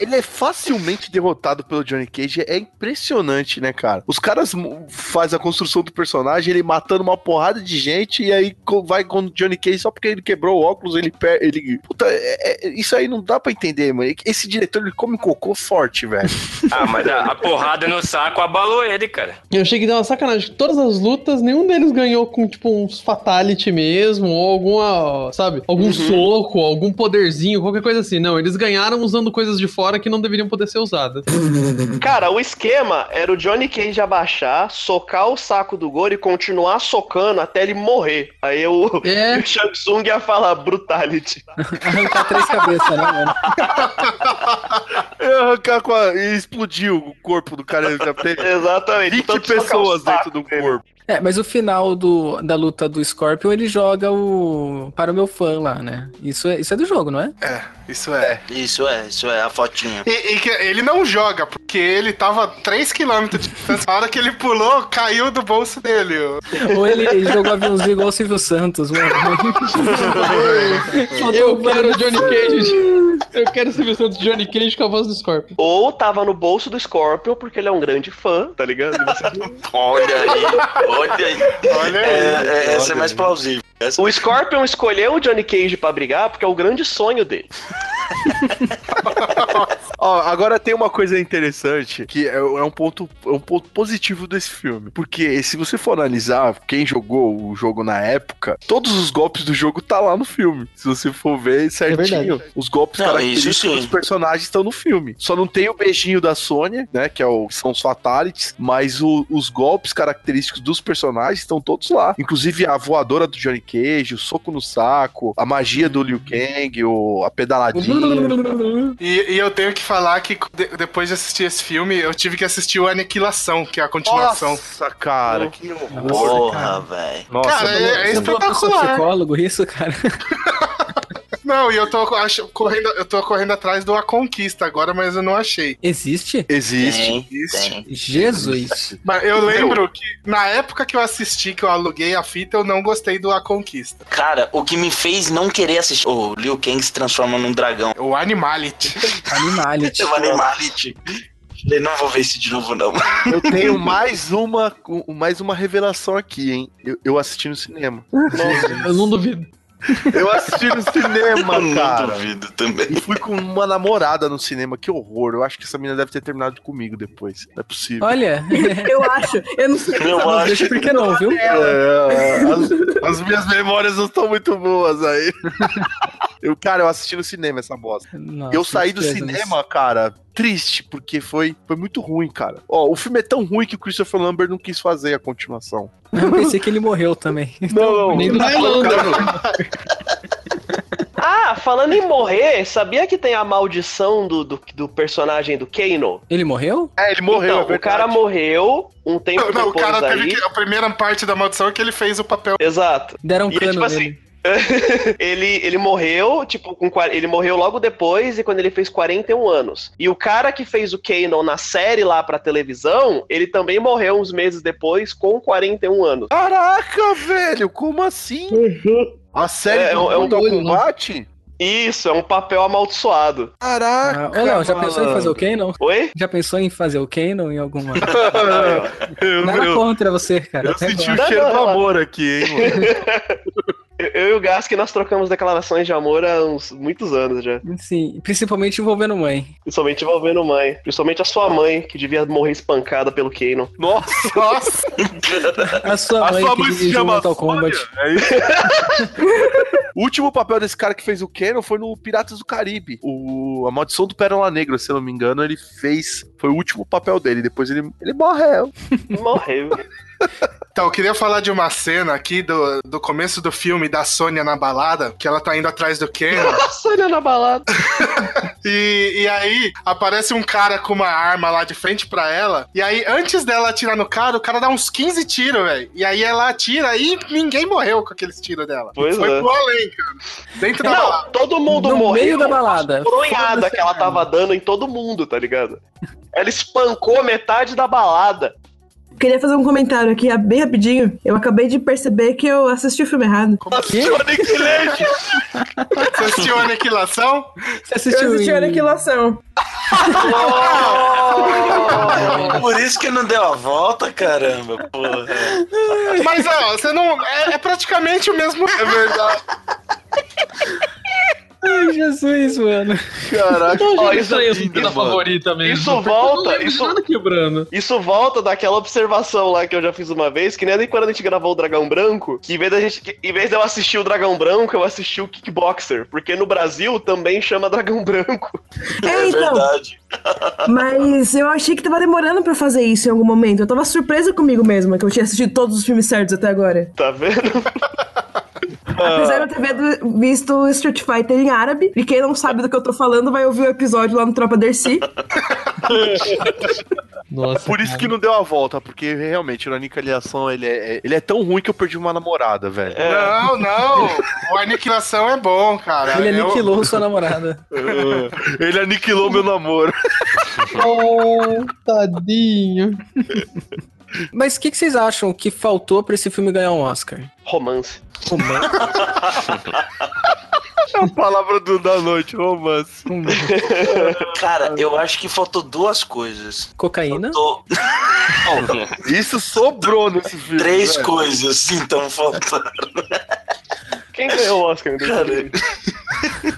C: Ele é facilmente derrotado pelo Johnny Cage. É impressionante, né, cara? Os caras mu- fazem a construção do personagem, ele matando uma porrada de gente, e aí co- vai com o Johnny Cage só porque ele quebrou o óculos, ele perde. Ele... Puta, é- é- isso aí não dá pra entender, mano. Esse diretor ele come cocô forte, velho.
G: Ah, mas a, a porrada no saco abalou ele, cara.
J: Eu achei que deu uma sacanagem. Todas as lutas, nenhum deles ganhou com, tipo, uns fatality mesmo, ou alguma, sabe, algum soco, algum poderzinho, qualquer coisa assim. Não, eles ganharam usando coisas de fora que não deveriam poder ser usadas.
B: Cara, o esquema era o Johnny Cage abaixar, socar o saco do Goro e continuar socando até ele morrer. Aí o,
J: é.
B: o Shang Tsung ia falar brutality.
A: Arrancar três cabeças, né, mano?
C: Eu arrancar com a... E explodiu o corpo do cara. Ele já tem
B: Exatamente.
C: 20
B: tanto socar o
C: pessoas dentro
B: saco
C: do corpo.
A: É, mas o final do, da luta do Scorpion, ele joga o. Para o meu fã lá, né? Isso é, isso é do jogo, não é?
F: É, isso é.
E: Isso é, isso é, a fotinha.
F: E, e que ele não joga, porque ele tava 3km de distância. A hora que ele pulou, caiu do bolso dele. ó.
A: Ou ele, ele jogou aviãozinho igual o Silvio Santos, mano.
J: Eu quero o Johnny Cage. Eu quero ser versão do é Johnny Cage com a voz do Scorpion.
B: Ou tava no bolso do Scorpion, porque ele é um grande fã, tá ligado? E você-
E: Olha aí, olha aí. É, é, essa é mais plausível. Essa-
B: o Scorpion escolheu o Johnny Cage pra brigar, porque é o grande sonho dele.
C: Ó, agora tem uma coisa interessante que é, é um ponto, é um ponto positivo desse filme. Porque se você for analisar quem jogou o jogo na época, todos os golpes do jogo tá lá no filme. Se você for ver certinho, os golpes
E: Não, isso
C: característicos
E: sim.
C: dos personagens estão no filme. Só não tem o beijinho da Sônia, né? Que é o, são os fatalities, mas o- os golpes característicos dos personagens estão todos lá. Inclusive a voadora do Johnny Cage, o soco no saco, a magia do Liu Kang, o, a pedaladinha.
F: E, e eu tenho que falar que de- depois de assistir esse filme, eu tive que assistir o Aniquilação, que é a continuação.
C: Nossa, cara, que
E: Porra, velho.
C: Nossa,
F: Cara, é- é
A: Você não uma pessoa
F: espetacular.
A: psicólogo, isso, cara?
F: Não, e eu tô, co- ach- correndo, eu tô correndo atrás do A Conquista agora, mas eu não achei.
A: Existe?
C: existe.
E: Tem,
F: Existe.
E: tem.
A: Jesus.
F: Mas eu lembro que na época que eu assisti, que eu aluguei a fita, eu não gostei do A Conquista.
E: Cara, o que me fez não querer assistir. O Liu Kang se transforma num dragão. É
F: O Animality.
A: Animality.
E: Eu falei, Malit. Falei, não vou ver isso de novo, não.
C: Eu tenho mais uma, um- mais uma revelação aqui, hein? Eu, eu assisti no cinema.
J: Eu não duvido.
C: Eu assisti no
E: Eu
C: cinema,
E: não
C: cara.
E: duvido também.
C: E fui com uma namorada no cinema, que horror. Eu acho que essa menina deve ter terminado comigo depois. Não é possível.
A: Olha,
D: Eu acho. Eu não sei.
E: Eu
A: não
E: acho.
A: deixa por que não, viu?
C: É, as, as minhas memórias não estão muito boas aí. Eu, cara, eu assisti no cinema essa bosta.
A: Nossa,
C: eu saí do
A: tristeza,
C: cinema, cara, triste, porque foi, foi muito ruim, cara. Ó, o filme é tão ruim que o Christopher Lambert não quis fazer a continuação. é
A: mas Eu pensei que ele morreu também.
C: Não, não.
J: Nem do Tailândia.
B: Ah, falando em morrer, sabia que tem a maldição do, do, do personagem do Kano?
A: Ele morreu?
B: É, ele
F: morreu, é
B: o cara
F: verdade.
B: morreu um tempo
F: Não, não, o
B: depois
F: cara
B: aí.
F: teve que. A primeira parte da maldição é que ele fez o papel.
B: Exato.
A: Deram um
B: E é
A: cano
B: tipo assim,
A: nele.
B: ele, ele morreu, tipo, com, qua- ele morreu logo depois e quando ele fez 41 anos. E o cara que fez o Kanon na série lá pra televisão, ele também morreu uns meses depois com 41 anos.
C: Caraca, velho, como assim? A série
B: É, é um-
C: do
B: é
C: Mortal
B: um olho, né?
C: Kombat?
B: Isso, é um papel amaldiçoado.
A: Ah,
C: Caraca!
A: ô, Léo, já pensou em fazer o
C: malandro.
A: Canon?
B: Oi?
A: Já pensou em fazer o Canon em alguma.
C: eu,
A: Nada
C: eu-
A: contra você, cara.
C: eu senti o
B: Não,
C: cheiro
B: não,
C: do
B: não.
C: amor aqui, hein, mano?
B: Eu, eu e o Gask, nós trocamos declarações de amor há uns muitos anos já.
A: Sim, principalmente envolvendo mãe.
B: Principalmente envolvendo mãe. Principalmente a sua mãe, que devia morrer espancada pelo Kanon.
C: Nossa, nossa!
A: A sua
C: A
A: mãe
C: sua
A: que
C: mãe se
A: dirigiu
C: chama
A: Mortal Kombat.
C: É isso. o último papel desse cara que fez o Canon foi no Piratas do Caribe. O, a Maldição do Pérola Negra, se eu não me engano, ele fez. Foi o último papel dele. Depois ele, ele morreu.
B: Morreu.
F: Então, eu queria falar de uma cena aqui do, do começo do filme da Sônia na balada, que ela tá indo atrás do Kenan.
B: Nossa, olha na balada.
F: E, e aí aparece um cara com uma arma lá de frente pra ela. E aí, antes dela atirar no cara, o cara dá uns 15 tiros, velho. E aí ela atira e ninguém morreu com aqueles tiros dela.
B: Pois
F: Foi
B: é.
F: pro além, cara. Dentro da balada.
B: Não, todo mundo
A: No
B: morreu.
A: meio da balada.
B: Coronhada que ela tava dando em todo mundo, tá ligado? Ela espancou metade da balada.
D: Queria fazer um comentário aqui, ah, bem rapidinho. Eu acabei de perceber que eu assisti o filme errado.
B: Assistiu Aniquilation.
F: Você assistiu a aniquilação?
A: Você assistiu
D: eu assisti a
A: em-
D: Aniquilação.
E: Por isso que não deu a volta, caramba, porra.
F: Mas, ó, você não. É, é praticamente o mesmo. É verdade.
A: Ai, Jesus, mano.
C: Caraca,
J: Então,
B: Ó,
J: gente,
B: isso
J: isso aí é
C: lindo,
J: a
C: mano.
J: favorita mesmo.
B: Isso
J: porque eu
B: volta,
J: não lembro de
B: isso-
J: Nada quebrando.
B: Isso volta daquela observação lá que eu já fiz uma vez, que nem quando a gente gravou o Dragão Branco, que em vez, da gente, que em vez de eu assistir o Dragão Branco, eu assisti o Kickboxer, porque no Brasil também chama Dragão Branco.
D: É,
E: É
D: então.
E: verdade.
D: Mas eu achei que tava demorando pra fazer isso em algum momento. Eu tava surpresa comigo mesma, que eu tinha assistido todos os filmes certos até agora.
B: Tá vendo?
D: Apesar de eu ter vendo- visto Street Fighter em árabe, e quem não sabe do que eu tô falando vai ouvir o episódio lá no Tropa Dercy.
J: Nossa,
C: É Por isso que não deu a volta, porque realmente o Aniquilação ele é, ele é tão ruim que eu perdi uma namorada, velho.
F: Não, não. O aniquilação é bom, cara.
A: Ele
F: Eu-
A: aniquilou sua namorada.
C: Ele aniquilou meu namoro.
J: Oh, tadinho.
A: Mas o que, que vocês acham que faltou pra esse filme ganhar um Oscar?
B: Romance.
C: É a palavra do, da noite, romance.
E: Cara, eu acho que faltou duas coisas.
A: Cocaína?
E: Faltou
C: Isso sobrou né? nesse filme.
E: três
C: velho.
E: coisas, então faltaram.
B: Quem ganhou o Oscar?
E: Cara,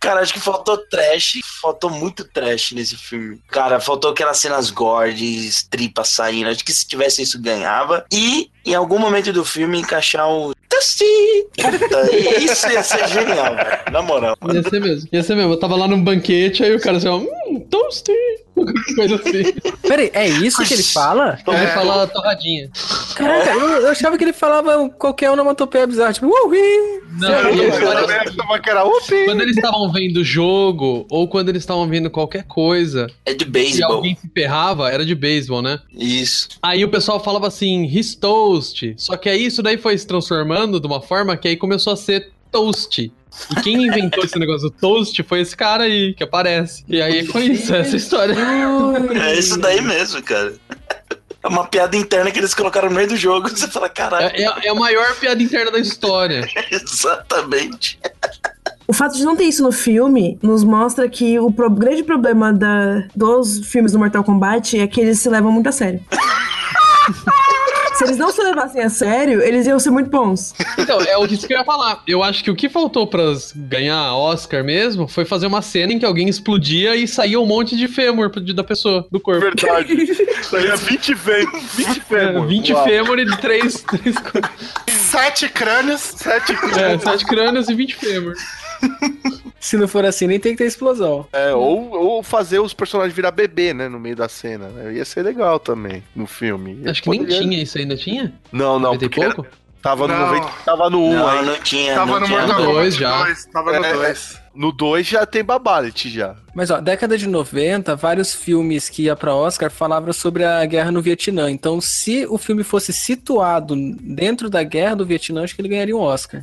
E: Cara, acho que faltou trash. Faltou muito trash nesse filme. Cara, faltou aquelas cenas gordes, tripas saindo. Acho que se tivesse isso, ganhava. E, em algum momento do filme, encaixar o. Tassi! Puta, Isso ia ser genial, velho. Na moral.
J: Ia ser mesmo. Ia ser mesmo. Eu tava lá num banquete, aí o cara assim, ó, hum, toast. Qualquer coisa assim.
A: Peraí, é isso que ele fala?
B: É.
J: Ele fala torradinha.
A: Caraca, eu, eu achava que ele falava qualquer onomatopeia bizarra, tipo, uhi!
J: Não, e agora-
C: Tava que era, "Upi".
J: quando eles estavam vendo o jogo, ou quando eles estavam vendo qualquer coisa,
E: É de
J: e
E: beisebol.
J: alguém se ferrava, era de beisebol, né?
E: Isso.
J: Aí o pessoal falava assim, his toast. Só que aí isso daí foi se transformando de uma forma que aí começou a ser toast. E quem inventou esse negócio do toast foi esse cara aí, que aparece. E aí foi isso, essa história.
E: É isso daí mesmo, cara. É uma piada interna que eles colocaram no meio do jogo. Você fala, caralho,
J: É, é- é a maior piada interna da história.
E: exatamente.
D: O fato de não ter isso no filme nos mostra que o pro- grande problema da- dos filmes do Mortal Kombat é que eles se levam muito a sério. se eles não se levassem a sério, eles iam ser muito bons.
J: Então, é o que isso que eu ia falar. Eu acho que o que faltou pra ganhar Oscar mesmo foi fazer uma cena em que alguém explodia e saía um monte de fêmur de- da pessoa, do corpo.
C: Verdade. Saía 20 fêmeas. 20 fêmeas.
J: 20
C: Uau.
J: fêmur e 3. Três... co-
F: Sete crânios, sete crânios.
J: É, 7 crânios e 20 fêmur.
A: Se não for assim, nem tem que ter explosão.
C: É, ou, ou fazer os personagens virar bebê, né? No meio da cena. né? Ia ser legal também no filme.
J: Acho que nem
C: Poderia-
J: tinha isso ainda, tinha?
C: Não, não.
J: Não, tem
C: Porque era,
J: pouco?
C: Tava no
F: Não.
C: 90, tava no 1
E: Não,
C: aí.
E: não tinha,
F: Tava no Mortal
J: No
F: Kombat
J: dois já.
F: 2. Tava no
C: É,
F: 2.
C: No 2 já tem Babalit já.
A: Mas ó, década de 90, vários filmes que ia pra Oscar falavam sobre a guerra no Vietnã. Então, se o filme fosse situado dentro da guerra do Vietnã, acho que ele ganharia um Oscar.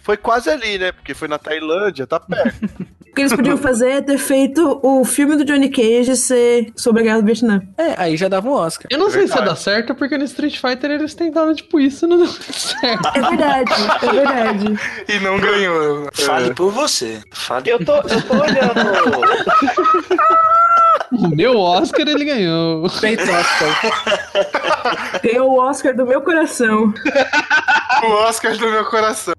C: Foi quase ali, né? Porque foi na Tailândia, tá perto.
D: O que eles podiam fazer é ter feito o filme do Johnny Cage ser sobre a guerra do Vietnã.
A: É, aí já dava um Oscar.
J: Eu não sei se ia
C: Verdade.
J: dar certo, porque no Street Fighter eles tentaram, tipo, isso e não deu certo.
D: É verdade, é verdade.
F: E não ganhou. É.
E: Fale por você. Fale.
B: Eu tô, eu tô olhando.
J: O meu Oscar ele ganhou.
A: Feito Oscar.
D: Ganhou o Oscar do meu coração.
F: O um Oscar do meu coração.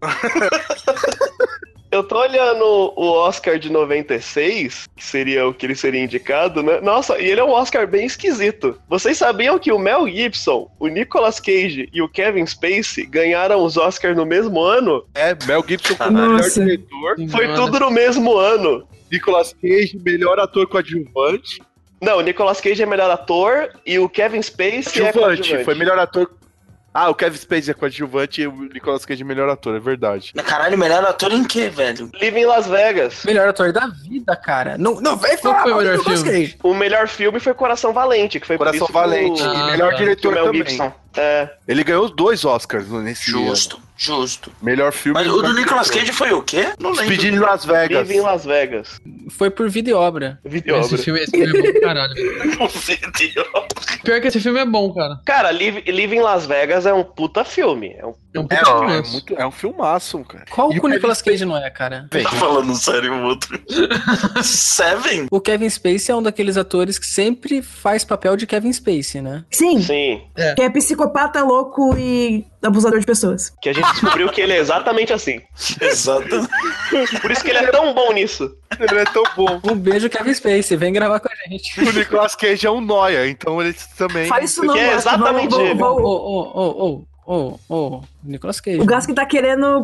B: Eu tô olhando o Oscar de 96, que seria o que ele seria indicado, né? Nossa, e ele é um Oscar bem esquisito. Vocês sabiam que o Mel Gibson, o Nicolas Cage e o Kevin Spacey ganharam os Oscars no mesmo ano?
C: É, Mel Gibson como
D: Nossa.
C: melhor diretor.
B: Foi
J: Mano.
B: tudo no mesmo ano.
C: Nicolas Cage, melhor ator coadjuvante.
B: Não, o Nicolas Cage é melhor ator e o Kevin Spacey é
C: Coadjuvante,
B: coadjuvante.
C: foi melhor ator. Ah, o Kevin Spacey é coadjuvante e o Nicolas Cage é melhor ator, é verdade.
E: Mas Caralho, melhor ator em quê, velho?
B: Live em Las Vegas.
A: Melhor ator da vida, cara. Não, não vem
J: Qual
A: falar
J: foi o
A: mal do
J: melhor
A: Nicolas
J: filme?
A: Cage.
B: O melhor filme foi Coração Valente, que foi por
C: Coração
B: isso que o-
C: Valente,
J: Ah,
C: e melhor
J: tá.
B: que o
C: diretor
B: Mel
C: também.
B: Gibson. É.
C: Ele ganhou os dois Oscars nesse
E: Justo, justo.
C: ano. Melhor filme.
E: Mas
C: e
E: o do
C: melhor
E: Nicolas
C: diretor.
E: Cage foi o quê? Não lembro.
C: Despedido em Las Vegas.
B: Vive em Las Vegas.
A: Foi por vida e obra.
B: Video
J: Esse
B: obra.
J: filme, esse filme é bom pra caralho.
E: Entendeu?
J: Pior que esse filme é bom, cara.
B: Cara, Live, Live em Las Vegas é um puta filme. É um-
J: É um puta
C: É, ó, é,
J: filmaço.
C: muito, é um filmaço, cara.
A: Qual
C: E
A: que o Nicolas Cage não é, cara?
E: Tá falando sério o outro. Seven?
A: O Kevin Spacey é um daqueles atores que sempre faz papel de Kevin Spacey, né?
D: Sim,
B: Sim.
D: que é psicopata louco e abusador de pessoas.
B: Que a gente descobriu que ele é exatamente assim.
E: Exato.
B: Por isso que ele é tão bom nisso.
C: Ele é tão bom.
A: Um beijo, Kevin Spacey. Vem gravar com a gente.
C: O Nicolas Cage é um noia, então ele também.
D: Fala isso não,
B: Que é
D: Gasque,
B: exatamente
D: vamos-
B: ele.
A: Ô,
D: vamos-
A: ô, ô, ô,
D: vamos-
A: ô, ô, ô, Nicolas Cage. né?
D: O Gasque tá querendo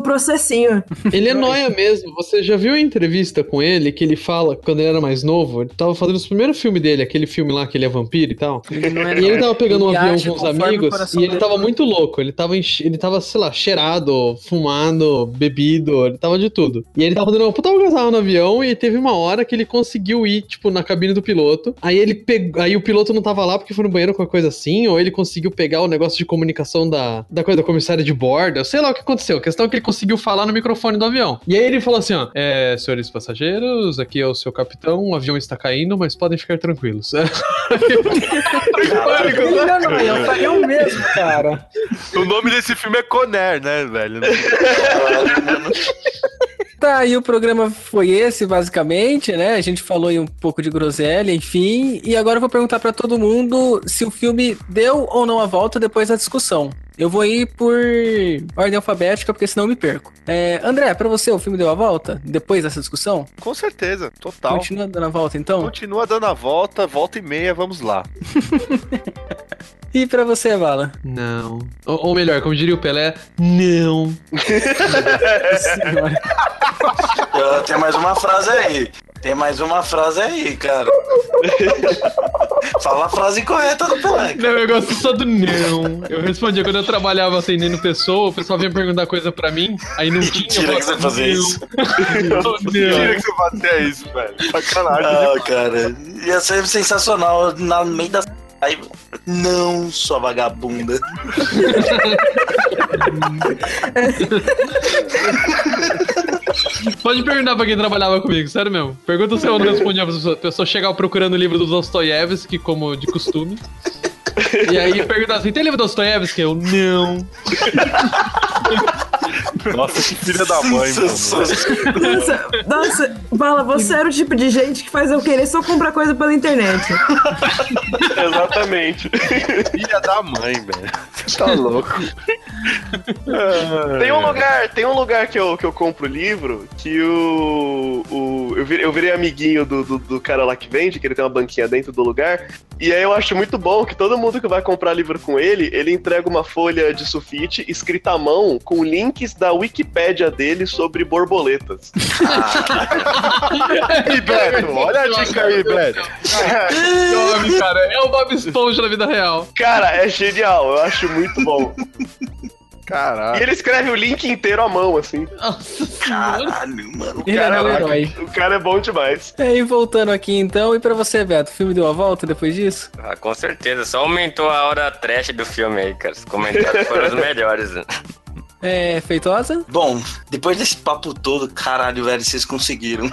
D: processinho.
J: Ele é noia mesmo. Você já viu a entrevista com ele que ele fala quando ele era mais novo? Ele tava fazendo os primeiros filmes dele, aquele filme lá que ele é vampiro e tal.
A: Ele não é
J: E ele tava pegando um
A: Ele
J: avião
A: age
J: com os
A: conforme o
J: amigos
A: coração
J: e ele
A: dele.
J: tava muito louco. Ele tava, enche- ele tava, sei lá, cheirado, fumado, bebido, ele tava de tudo. E ele tava dando uma puta algazarra no avião e teve uma hora que ele conseguiu ir, tipo, na cabine do piloto. Aí ele pegou. Aí o piloto não tava lá porque foi no banheiro com uma coisa assim, ou ele conseguiu pegar o negócio de comunicação da, da coisa da comissária de bordo. Sei lá o que aconteceu. A questão é que ele conseguiu falar no microfone do avião. E aí ele falou assim: ó, é, senhores passageiros, aqui é o seu capitão, o avião está caindo, mas podem ficar tranquilos.
A: Ele não é noia, eu faria o mesmo, cara.
C: O nome desse filme é Conner, né, velho?
E: Caralho, mano.
A: Tá, e o programa foi esse, basicamente, né? A gente falou aí um pouco de groselha, enfim. E agora eu vou perguntar pra todo mundo se o filme deu ou não a volta depois da discussão. Eu vou ir por ordem alfabética, porque senão eu me perco. É, André, pra você, o filme deu a volta depois dessa discussão?
C: Com certeza, total. Continua.
A: Continua dando a volta, então?
C: dando a volta, volta e meia, vamos lá.
A: E pra você, Vala?
J: Não. Ou, ou melhor, como diria o Pelé, não.
A: Senhora.
E: Ah, Tem mais uma frase aí. Tem mais uma frase aí, cara. Fala a frase correta do Pelé.
J: Não, eu gosto só do não. Eu respondia quando eu trabalhava atendendo pessoa, o pessoal vinha perguntar coisa pra mim, aí não tinha.
E: Mentira
J: eu
E: que você
J: falava,
E: vai
J: "Não".
E: fazer isso.
C: Tira que você fazia isso, velho. Sacanagem.
E: Ah, cara. Ia ser sensacional na no meio da raiva. Não, sua vagabunda.
J: Pode perguntar pra quem trabalhava comigo, sério mesmo. Pergunta se eu não respondia pra pessoa. A pessoa chegava procurando o livro do Dostoiévski, como de costume. E aí perguntava assim: tem livro do Dostoiévski? Eu, não.
C: Nossa, que filha da mãe, mano.
E: Sensacional.
D: Nossa, nossa, Bala, você era o tipo de gente que faz eu querer só comprar coisa pela internet.
B: Exatamente.
C: Filha da mãe, velho. Você tá louco.
B: Tem
C: É.
B: um lugar, tem um lugar que eu, que eu compro livro que o. o eu, virei, eu virei amiguinho do, do, do cara lá que vende, que ele tem uma banquinha dentro do lugar. E aí eu acho muito bom que todo mundo que vai comprar livro com ele, ele entrega uma folha de sulfite escrita à mão com links da Wikipédia dele sobre borboletas.
C: Aí, Beto, olha a dica aí, Beto.
J: Que homem, cara. É o Bob Esponja na vida real.
B: Cara, é genial, eu acho muito bom.
C: Caralho.
B: E ele escreve o link inteiro à mão, assim.
E: Caralho, mano.
B: O
A: Ele
B: cara,
A: era um herói.
B: o cara é bom demais.
A: E aí, voltando aqui então, e pra você, Beto, o filme deu a volta depois disso?
G: Ah, com certeza, só aumentou a hora trash do filme aí, cara. Os comentários foram os melhores. né?
A: É, feitosa?
E: Bom, depois desse papo todo, caralho, velho, vocês conseguiram.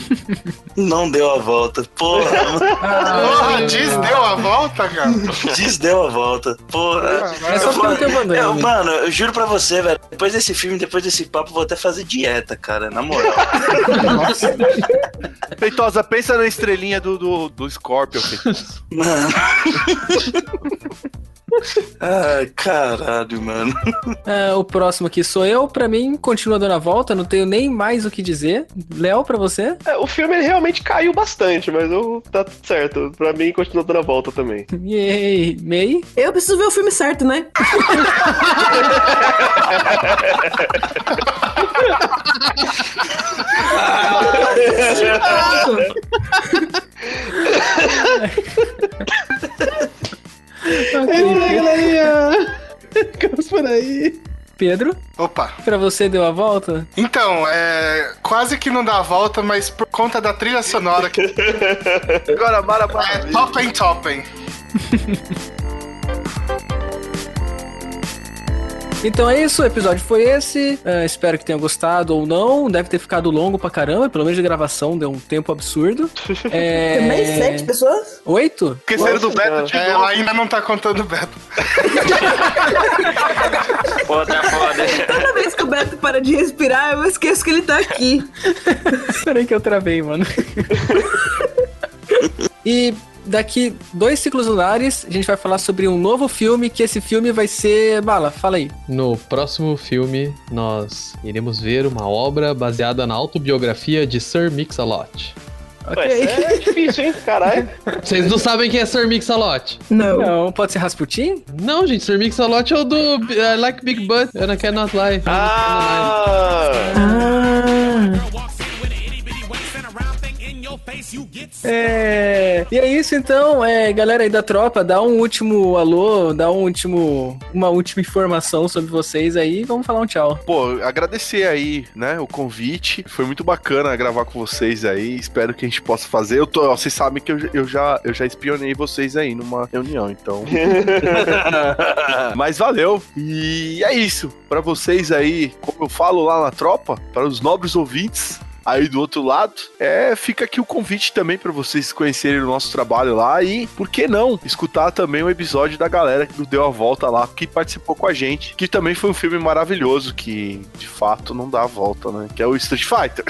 E: Não deu a volta. Porra,
A: Ah,
F: Porra, diz, deu a volta, cara.
E: Diz deu a volta. Porra.
A: É só porque eu tô mandando.
E: Eu, mano, eu juro pra você, velho. Depois desse filme, depois desse papo, eu vou até fazer dieta, cara. Na moral.
C: Feitosa, pensa na estrelinha do, do, do Scorpion. é Feitosa.
E: Mano. Ai, caralho, mano.
A: Ah, o próximo aqui sou eu, pra mim, continua dando a volta, não tenho nem mais o que dizer. Léo, pra você?
B: É, o filme ele realmente caiu bastante, mas eu, tá tudo certo. Pra mim, continua dando a volta também.
A: Yay, May?
D: Eu preciso ver o filme certo, né?
A: Ok.
J: galerinha! Ficamos por aí.
A: Pedro,
F: Opa.
A: pra você deu a volta?
F: Então, é. Quase que não dá a volta, mas por conta da trilha sonora que.
C: Agora, Mara
F: É Toppen Toppen.
A: Então é isso, o episódio foi esse. Ah, espero que tenha gostado ou não. Deve ter ficado longo pra caramba, pelo menos de gravação deu um tempo absurdo. É...
D: Também sete pessoas?
A: Oito?
C: Esqueceram do Beto de
F: É,
C: novo.
F: ela ainda não tá contando o Beto.
G: Pô, tá foda.
D: Toda vez que o Beto para de respirar, eu esqueço que ele tá aqui.
A: Peraí que eu travei, mano. e daqui dois ciclos lunares, a gente vai falar sobre um novo filme, que esse filme vai ser... Bala, fala aí.
J: No próximo filme, nós iremos ver uma obra baseada na autobiografia de Sir Mix-a-Lot.
B: Ué, isso é difícil, hein? Caralho.
J: Vocês não sabem quem é Sir Mix-a-Lot?
D: Não.
A: Não, pode ser Rasputin?
J: Não, gente, Sir Mix-a-Lot é o do I Like Big Butt, and I Cannot Lie.
B: Ah!
D: Ah.
A: É... E é isso então, é, galera aí da tropa, dá um último alô, dá um último, uma última informação sobre vocês aí, vamos falar um tchau.
C: Pô, agradecer aí, né, o convite. Foi muito bacana gravar com vocês aí. Espero que a gente possa fazer. Eu tô, ó, vocês sabem que eu, eu já, eu já espionei vocês aí numa reunião, então. Mas valeu. E é isso. Pra vocês aí, como eu falo lá na tropa, para os nobres ouvintes, aí do outro lado. É, fica aqui o convite também para vocês conhecerem o nosso trabalho lá e, por que não, escutar também o episódio da galera que deu a volta lá, que participou com a gente, que também foi um filme maravilhoso que, de fato, não dá a volta, né? Que é o Street Fighter.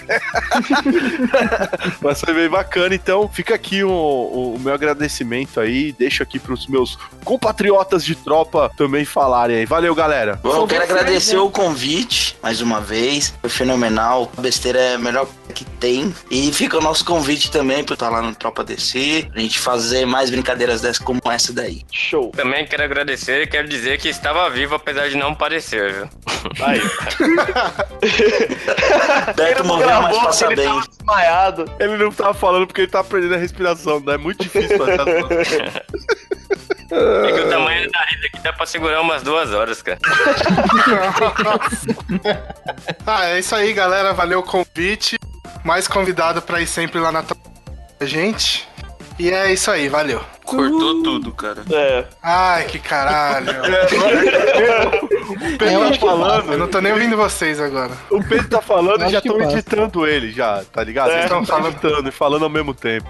C: Mas foi bem bacana, então fica aqui o, o- o meu agradecimento aí, deixo aqui para os meus compatriotas de tropa também falarem aí. Valeu, galera!
E: Bom,
A: Sou
E: eu quero
A: você,
E: agradecer
A: né?
E: o convite mais uma vez. Foi fenomenal. A besteira é a melhor coisa que tem. E fica o nosso convite também pra estar lá no Tropa DC. A gente fazer mais brincadeiras dessas como essa daí.
B: Show.
G: Também quero agradecer e quero dizer que estava vivo, apesar de não parecer, viu?
B: Aí.
E: Beto morreu, mas passa
B: ele
E: bem.
B: tava desmaiado.
C: Ele não tava falando porque ele tá aprendendo a respiração, né? É muito difícil fazer essa-
G: É que o tamanho da nariz aqui dá pra segurar umas duas horas, cara.
F: ah, é isso aí, galera. Valeu o convite. Mais convidado pra ir sempre lá na tropa da gente. E é isso aí, valeu.
E: Cortou tudo, cara.
B: É.
F: Ai, que caralho.
C: É,
F: o Pedro tá falando. Eu não tô nem ouvindo vocês agora.
C: O Pedro tá falando
J: Eu
C: e já
J: acho que
C: estão
J: passa.
C: editando ele, já, tá ligado?
B: É,
C: Eles estão
F: tão falando.
C: editando e falando ao mesmo tempo.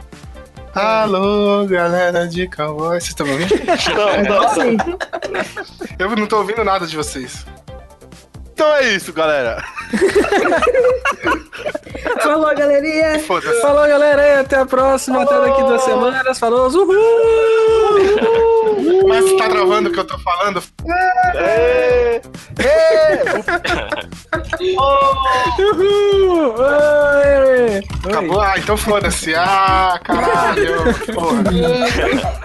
F: Alô, galera de cowboy. Vocês estão me ouvindo?
B: Não, não.
F: Eu não tô ouvindo nada de vocês.
C: Então é isso, galera.
D: Falou, galerinha.
F: Foda-se.
A: Falou, galera, e até a próxima, até daqui duas semanas. Falou, uhul!
F: Mas você tá gravando o que eu tô falando?
B: É.
A: Uhul! Oi! Oi!
F: Acabou? Ah, então foda-se. Ah, caralho. Porra.
J: Ah,